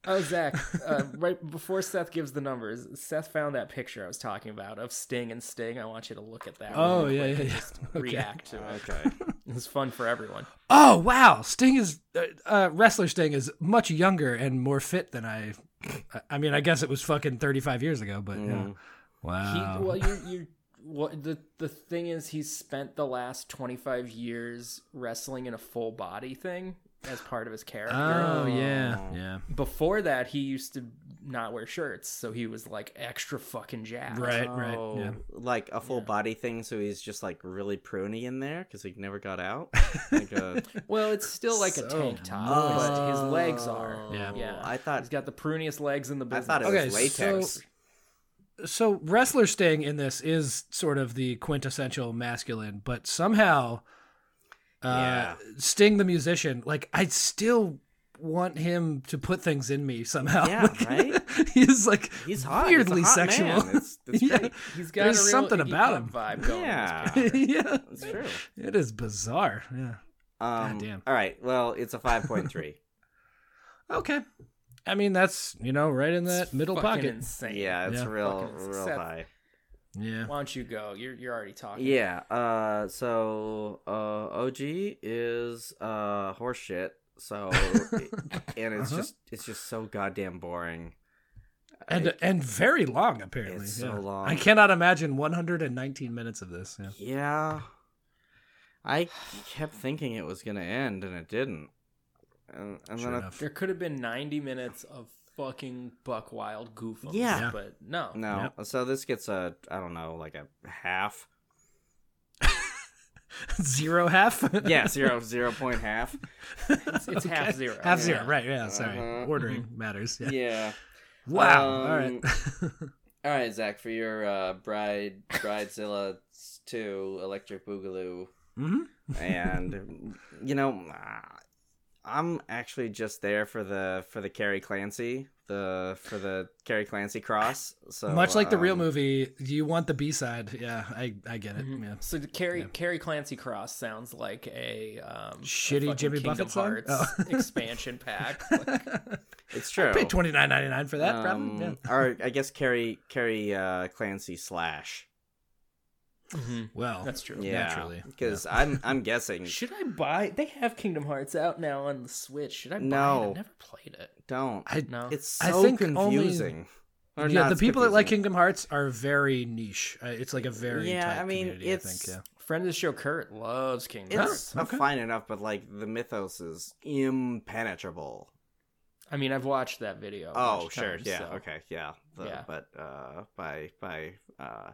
Speaker 5: Oh, Zach, uh, right before Seth gives the numbers, Seth found that picture I was talking about of Sting and Sting. I want you to look at that.
Speaker 4: Oh,
Speaker 5: really
Speaker 4: yeah,
Speaker 5: quick
Speaker 4: yeah,
Speaker 5: and
Speaker 4: yeah.
Speaker 5: Just
Speaker 4: Okay.
Speaker 5: react to it.
Speaker 6: Okay.
Speaker 5: It's fun for everyone.
Speaker 4: Oh wow, Sting is uh, uh, wrestler Sting is much younger and more fit than I. I- I mean, I guess it was fucking thirty five years ago, but yeah.
Speaker 5: Mm. He,
Speaker 4: Wow.
Speaker 5: well, you, you, what the the thing is, he's spent the last twenty five years wrestling in a full body thing as part of his character.
Speaker 4: oh yeah, yeah.
Speaker 5: Before that, he used to not wear shirts, so he was like extra fucking jacked.
Speaker 4: Right, right. Yeah.
Speaker 6: Like a full body thing, so he's just like really pruny in there because he never got out. Like uh, a,
Speaker 5: Well, it's still like a
Speaker 4: So
Speaker 5: tank top,
Speaker 4: moist.
Speaker 5: but his legs are.
Speaker 4: Yeah.
Speaker 5: Oh. yeah.
Speaker 6: I thought
Speaker 5: He's got the pruniest legs in the
Speaker 6: I
Speaker 5: business.
Speaker 6: thought it
Speaker 4: Okay,
Speaker 6: was latex.
Speaker 4: so- so wrestler sting in this is sort of the quintessential masculine but somehow uh
Speaker 6: Yeah.
Speaker 4: sting the musician like i still want him to put things in me somehow
Speaker 6: Yeah,
Speaker 4: Like,
Speaker 6: right?
Speaker 4: he's like
Speaker 6: He's hot.
Speaker 4: weirdly
Speaker 6: he's a hot
Speaker 4: sexual
Speaker 6: Man. It's, it's
Speaker 4: Yeah.
Speaker 6: great.
Speaker 5: He's got
Speaker 4: There's
Speaker 5: a real
Speaker 4: something
Speaker 5: Iggy
Speaker 4: about
Speaker 5: Pop
Speaker 4: him.
Speaker 5: vibe going.
Speaker 6: Yeah.
Speaker 4: yeah
Speaker 6: It's true.
Speaker 4: it is bizarre yeah
Speaker 6: Um,
Speaker 4: damn.
Speaker 6: All right. Well, it's a five point three.
Speaker 4: okay i mean that's you know right in that middle
Speaker 5: Fucking
Speaker 4: pocket
Speaker 5: insane.
Speaker 6: yeah, it's
Speaker 4: Yeah.
Speaker 6: real,
Speaker 5: Fucking
Speaker 6: real
Speaker 5: Seth.
Speaker 6: high.
Speaker 4: Yeah.
Speaker 5: Why don't you go? You're you're already talking.
Speaker 6: Yeah. Uh, so uh, OG is uh horseshit. So and it's
Speaker 4: Uh-huh.
Speaker 6: just it's just so goddamn boring.
Speaker 4: And
Speaker 6: Like,
Speaker 4: and very long apparently.
Speaker 6: It's
Speaker 4: yeah.
Speaker 6: so long.
Speaker 4: I cannot imagine 119 minutes of this. Yeah.
Speaker 6: yeah, I kept thinking it was gonna end and it didn't. And, and
Speaker 4: Sure
Speaker 6: then I,
Speaker 4: enough.
Speaker 5: There could have been 90 minutes of fucking buck wild goof.
Speaker 6: Yeah.
Speaker 4: Yeah.
Speaker 5: But no.
Speaker 6: no,
Speaker 4: Yep.
Speaker 6: so this gets a I don't know like a half.
Speaker 4: Zero half.
Speaker 6: Yeah, zero zero point half.
Speaker 5: It's, it's half
Speaker 4: Okay.
Speaker 5: zero.
Speaker 4: Half
Speaker 5: Yeah.
Speaker 4: zero. Right. Yeah. Sorry.
Speaker 6: Uh-huh.
Speaker 4: Ordering matters. Yeah.
Speaker 6: Yeah.
Speaker 4: Wow. All
Speaker 6: Um,
Speaker 4: right.
Speaker 6: All right, Zach, for your uh, bride bridezilla two electric boogaloo.
Speaker 4: hmm
Speaker 6: and you know ah, i'm actually just there for the for the Carrie clancy the for the Carrie clancy cross so
Speaker 4: Much like the real
Speaker 6: um,
Speaker 4: movie, you want the B side. Yeah. I I get it.
Speaker 5: Mhm.
Speaker 6: Mm-hmm.
Speaker 4: Yeah.
Speaker 5: So the Carrie
Speaker 4: Yeah.
Speaker 5: Carrie Clancy Cross sounds like a um, a
Speaker 4: Shitty
Speaker 5: fucking
Speaker 4: Jimmy
Speaker 5: Kingdom
Speaker 4: Buffett song?
Speaker 5: Hearts
Speaker 4: Oh.
Speaker 5: expansion pack. Like,
Speaker 6: it's
Speaker 4: I
Speaker 6: true
Speaker 4: paid twenty nine ninety nine for that. problem. Yeah.
Speaker 6: Um, or i guess Carrie Carrie uh clancy slash
Speaker 5: Mm-hmm.
Speaker 4: Well,
Speaker 5: That's true.
Speaker 6: yeah
Speaker 4: Naturally,
Speaker 6: because i'm i'm guessing
Speaker 5: Should I buy? They have Kingdom Hearts out now on the Switch. Should I buy it?
Speaker 6: No.
Speaker 5: I've never played it.
Speaker 6: don't
Speaker 4: I
Speaker 5: No.
Speaker 6: it's
Speaker 4: I
Speaker 6: so
Speaker 4: think only-
Speaker 6: confusing Or
Speaker 4: yeah,
Speaker 6: not,
Speaker 4: the
Speaker 6: it's
Speaker 4: people that like
Speaker 6: confusing.
Speaker 4: Kingdom Hearts are very niche. Uh, It's like a very
Speaker 6: Yeah,
Speaker 4: tight
Speaker 6: I mean,
Speaker 4: community, I
Speaker 6: it's-
Speaker 4: think. Yeah.
Speaker 5: Friend of the show, Kurt loves Kingdom Hearts.
Speaker 6: it's uh,
Speaker 4: okay.
Speaker 6: fine enough but like the mythos is impenetrable
Speaker 5: I mean, I've watched that video. a
Speaker 6: Oh,
Speaker 5: bunch of
Speaker 6: sure.
Speaker 5: times,
Speaker 6: yeah.
Speaker 5: so.
Speaker 6: Okay. Yeah. The-
Speaker 5: Yeah.
Speaker 6: But uh, by by uh,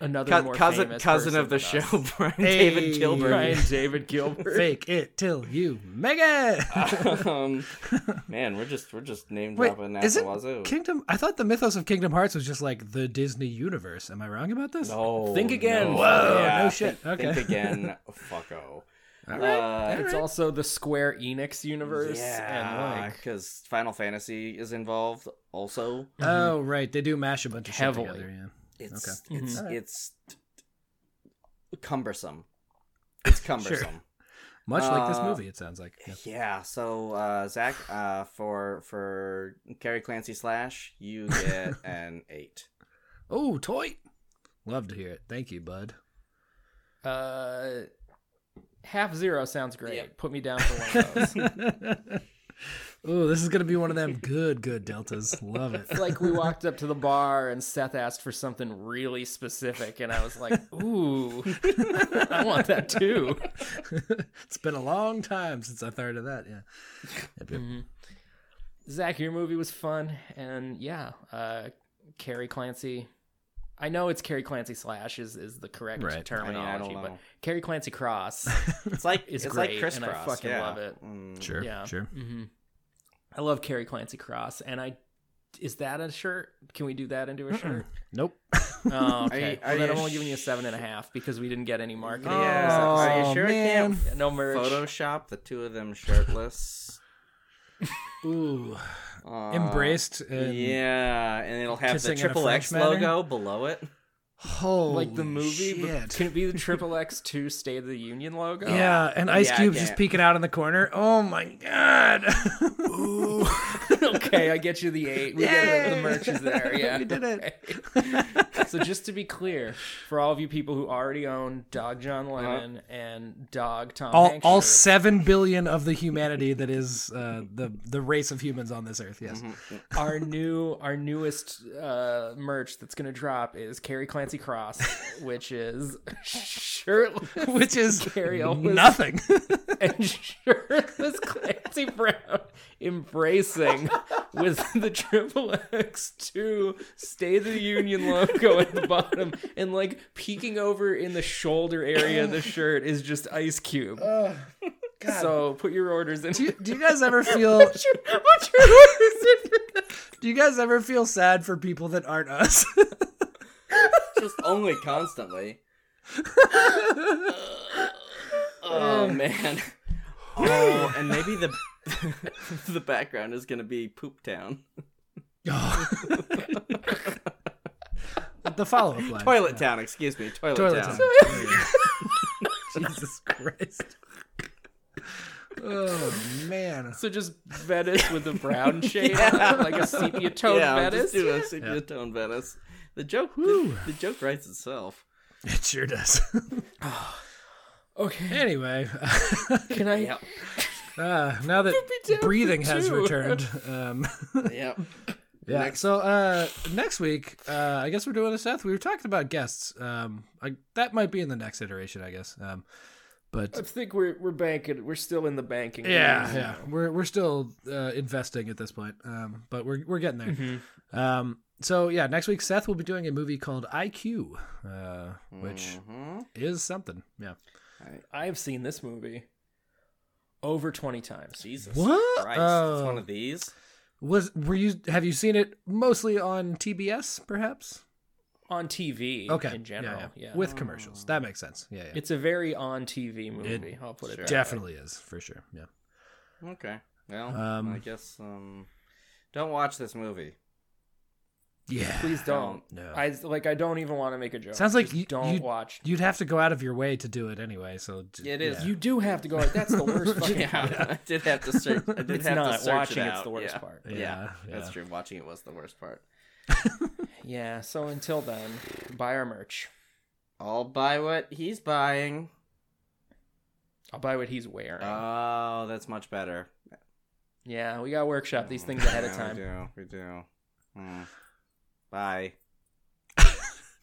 Speaker 5: Another
Speaker 6: cou-
Speaker 5: more
Speaker 6: cousin
Speaker 5: famous
Speaker 6: cousin
Speaker 5: person
Speaker 6: of the show,
Speaker 5: than us.
Speaker 6: Brian David
Speaker 4: Hey.
Speaker 6: Gilbert.
Speaker 5: Brian David Gilbert.
Speaker 4: Fake it till you make it.
Speaker 6: um, man, we're just we're just name
Speaker 4: Wait,
Speaker 6: dropping at the wazoo.
Speaker 4: isn't Kingdom? I thought the mythos of Kingdom Hearts was just like the Disney universe. Am I wrong about this?
Speaker 6: no.
Speaker 5: Think again.
Speaker 6: no.
Speaker 5: Whoa,
Speaker 4: no shit.
Speaker 6: Think,
Speaker 4: Okay.
Speaker 6: think again. oh. Fucko.
Speaker 4: All
Speaker 6: Uh,
Speaker 5: It's also the Square Enix universe,
Speaker 6: yeah,
Speaker 5: and like
Speaker 6: because Final Fantasy is involved also.
Speaker 4: Oh right, they do mash a bunch of
Speaker 5: Heavily.
Speaker 4: shit together.
Speaker 6: It's
Speaker 5: Okay.
Speaker 6: it's
Speaker 4: Mhm.
Speaker 6: it's cumbersome. It's cumbersome.
Speaker 4: Yeah, much like this
Speaker 6: Uh,
Speaker 4: movie. It sounds like. Yeah.
Speaker 6: Yeah. So uh, Zach, uh, for for Carrie Clancy slash, you get an eight.
Speaker 4: Oh, toy. Love to hear it. Thank you, bud.
Speaker 5: uh, half zero sounds great.
Speaker 6: Yeah.
Speaker 5: Put me down for one of those.
Speaker 4: Oh, this is gonna be one of them good, good deltas. Love it.
Speaker 5: It's like we walked up to the bar and Seth asked for something really specific, and I was like, "Ooh, I want that too."
Speaker 4: it's been a long time since I thought of that. Yeah. Mm, Yep, yep.
Speaker 5: Mm-hmm. Zach, your movie was fun, and yeah, uh, Carrie Clancy. I know it's Carrie Clancy slash is, is the correct
Speaker 4: Right. I mean, I
Speaker 5: terminology,
Speaker 6: don't
Speaker 5: but
Speaker 6: know.
Speaker 5: Carrie Clancy Cross.
Speaker 6: It's like
Speaker 5: It's
Speaker 6: it's,
Speaker 5: great,
Speaker 6: like crisscross.
Speaker 5: and I fucking
Speaker 6: yeah.
Speaker 5: love it.
Speaker 6: Mm,
Speaker 4: Sure.
Speaker 5: Yeah.
Speaker 4: Sure.
Speaker 5: hmm I love Carrie Clancy Cross, and I is that a shirt? Can we do that into a shirt?
Speaker 4: Nope.
Speaker 5: oh, okay.
Speaker 6: Are you- are
Speaker 5: well, then I'm
Speaker 6: you
Speaker 5: only giving you a
Speaker 6: sh-
Speaker 5: seven and a half because we didn't get any marketing.
Speaker 6: Yeah. Are
Speaker 4: Oh,
Speaker 6: you sure I
Speaker 4: man.
Speaker 6: can't
Speaker 5: Yeah, no merch.
Speaker 6: Photoshop the two of them shirtless?
Speaker 4: Ooh.
Speaker 6: Uh,
Speaker 4: Embraced and
Speaker 6: yeah, and it'll have
Speaker 4: kissing
Speaker 6: the
Speaker 4: in a
Speaker 6: triple X
Speaker 4: French manner?
Speaker 6: logo below it.
Speaker 4: Holy
Speaker 5: like the movie, but
Speaker 4: shit.
Speaker 5: can it be the triple X two State of the Union logo?
Speaker 4: yeah, and Ice
Speaker 6: Yeah, I
Speaker 4: Cube just
Speaker 6: can't.
Speaker 4: peeking out in the corner. Oh my god! Ooh,
Speaker 5: okay, I get you the eight. We get it. The
Speaker 4: Yay!
Speaker 5: merch is there. Yeah,
Speaker 4: We did it.
Speaker 5: Okay. so just to be clear, for all of you people who already own Dog John
Speaker 4: Uh-huh.
Speaker 5: Lennon and Dog Tom
Speaker 4: all,
Speaker 5: Hanks
Speaker 4: all
Speaker 5: shirts,
Speaker 4: seven billion of the humanity that is uh, the the race of humans on this earth. Yes,
Speaker 5: our new our newest uh, merch that's gonna drop is Carrie Clancy Cross, which is shirtless
Speaker 4: which is
Speaker 5: Carrie Elwes
Speaker 4: nothing.
Speaker 5: and shirtless Clancy Brown embracing with the triple X two State of the Union logo at the bottom, and like peeking over in the shoulder area of the shirt is just Ice Cube. So put your orders in.
Speaker 4: Oh, do, you, do you guys ever feel?
Speaker 5: Put your- put your orders in for that.
Speaker 4: Do you guys ever feel sad for people that aren't us?
Speaker 6: Just only constantly. oh man. Oh, and maybe the the background is gonna be Poop Town.
Speaker 4: the follow up line.
Speaker 6: Toilet Town, excuse me. Toilet,
Speaker 4: Toilet
Speaker 6: Town.
Speaker 4: time. Jesus Christ. Oh man.
Speaker 5: So just Venice with a brown shade, on it, like a sepia toned
Speaker 6: yeah,
Speaker 5: Venice.
Speaker 6: just do a sepia tone Venice. The joke, the, the joke writes itself.
Speaker 4: It sure does.
Speaker 5: Okay.
Speaker 4: anyway,
Speaker 5: Can I?
Speaker 6: Yep,
Speaker 4: uh, now that breathing has
Speaker 5: too.
Speaker 4: returned. Um,
Speaker 6: yep.
Speaker 4: yeah.
Speaker 6: Next-
Speaker 4: So uh, next week, uh, I guess we're doing a Seth. We were talking about guests. Um, I, that might be in the next iteration, I guess. Um, but
Speaker 5: I think we're we're banking. We're still in the banking.
Speaker 4: Yeah,
Speaker 5: game.
Speaker 4: yeah. We're we're still uh, investing at this point, um, but we're we're getting there. Um, so yeah, next week Seth will be doing a movie called IQ, uh, which
Speaker 6: Mhm.
Speaker 4: is something. Yeah.
Speaker 5: I've seen this movie over twenty times.
Speaker 6: Jesus
Speaker 4: What?
Speaker 6: Christ, it's
Speaker 4: Oh.
Speaker 6: one of these.
Speaker 4: Was were you have you seen it mostly on TBS perhaps?
Speaker 5: on TV.
Speaker 4: Okay.
Speaker 5: In general, yeah.
Speaker 4: With commercials. That makes sense. Yeah, yeah.
Speaker 5: it's a very on TV movie. I'll put it.
Speaker 6: Sure.
Speaker 5: that way.
Speaker 4: definitely is for sure. Yeah.
Speaker 6: Okay, well,
Speaker 4: Um,
Speaker 6: I guess um, don't watch this movie.
Speaker 4: Yeah.
Speaker 5: Please don't.
Speaker 4: No.
Speaker 5: I like. I don't even want to make a joke.
Speaker 4: Sounds like
Speaker 5: Just
Speaker 4: you
Speaker 5: don't
Speaker 4: you-
Speaker 5: watch.
Speaker 4: You'd have to go out of your way to do it anyway. So j-
Speaker 6: It is.
Speaker 4: yeah.
Speaker 5: You do have to go. That's the worst fucking. part.
Speaker 6: I did have to search. I did
Speaker 5: It's
Speaker 6: have
Speaker 5: not
Speaker 6: to search
Speaker 5: watching.
Speaker 6: It
Speaker 5: it's
Speaker 6: out.
Speaker 5: the worst
Speaker 6: yeah.
Speaker 5: part.
Speaker 6: Yeah,
Speaker 4: yeah.
Speaker 6: that's true. Watching it was the worst part.
Speaker 5: Yeah. So until then, buy our merch.
Speaker 6: I'll buy what he's buying.
Speaker 5: I'll buy what he's wearing.
Speaker 6: Oh, that's much better.
Speaker 5: yeah, we got to workshop these things ahead of
Speaker 6: Yeah,
Speaker 5: time.
Speaker 6: We do. We do. Mm. Hmm. Bye.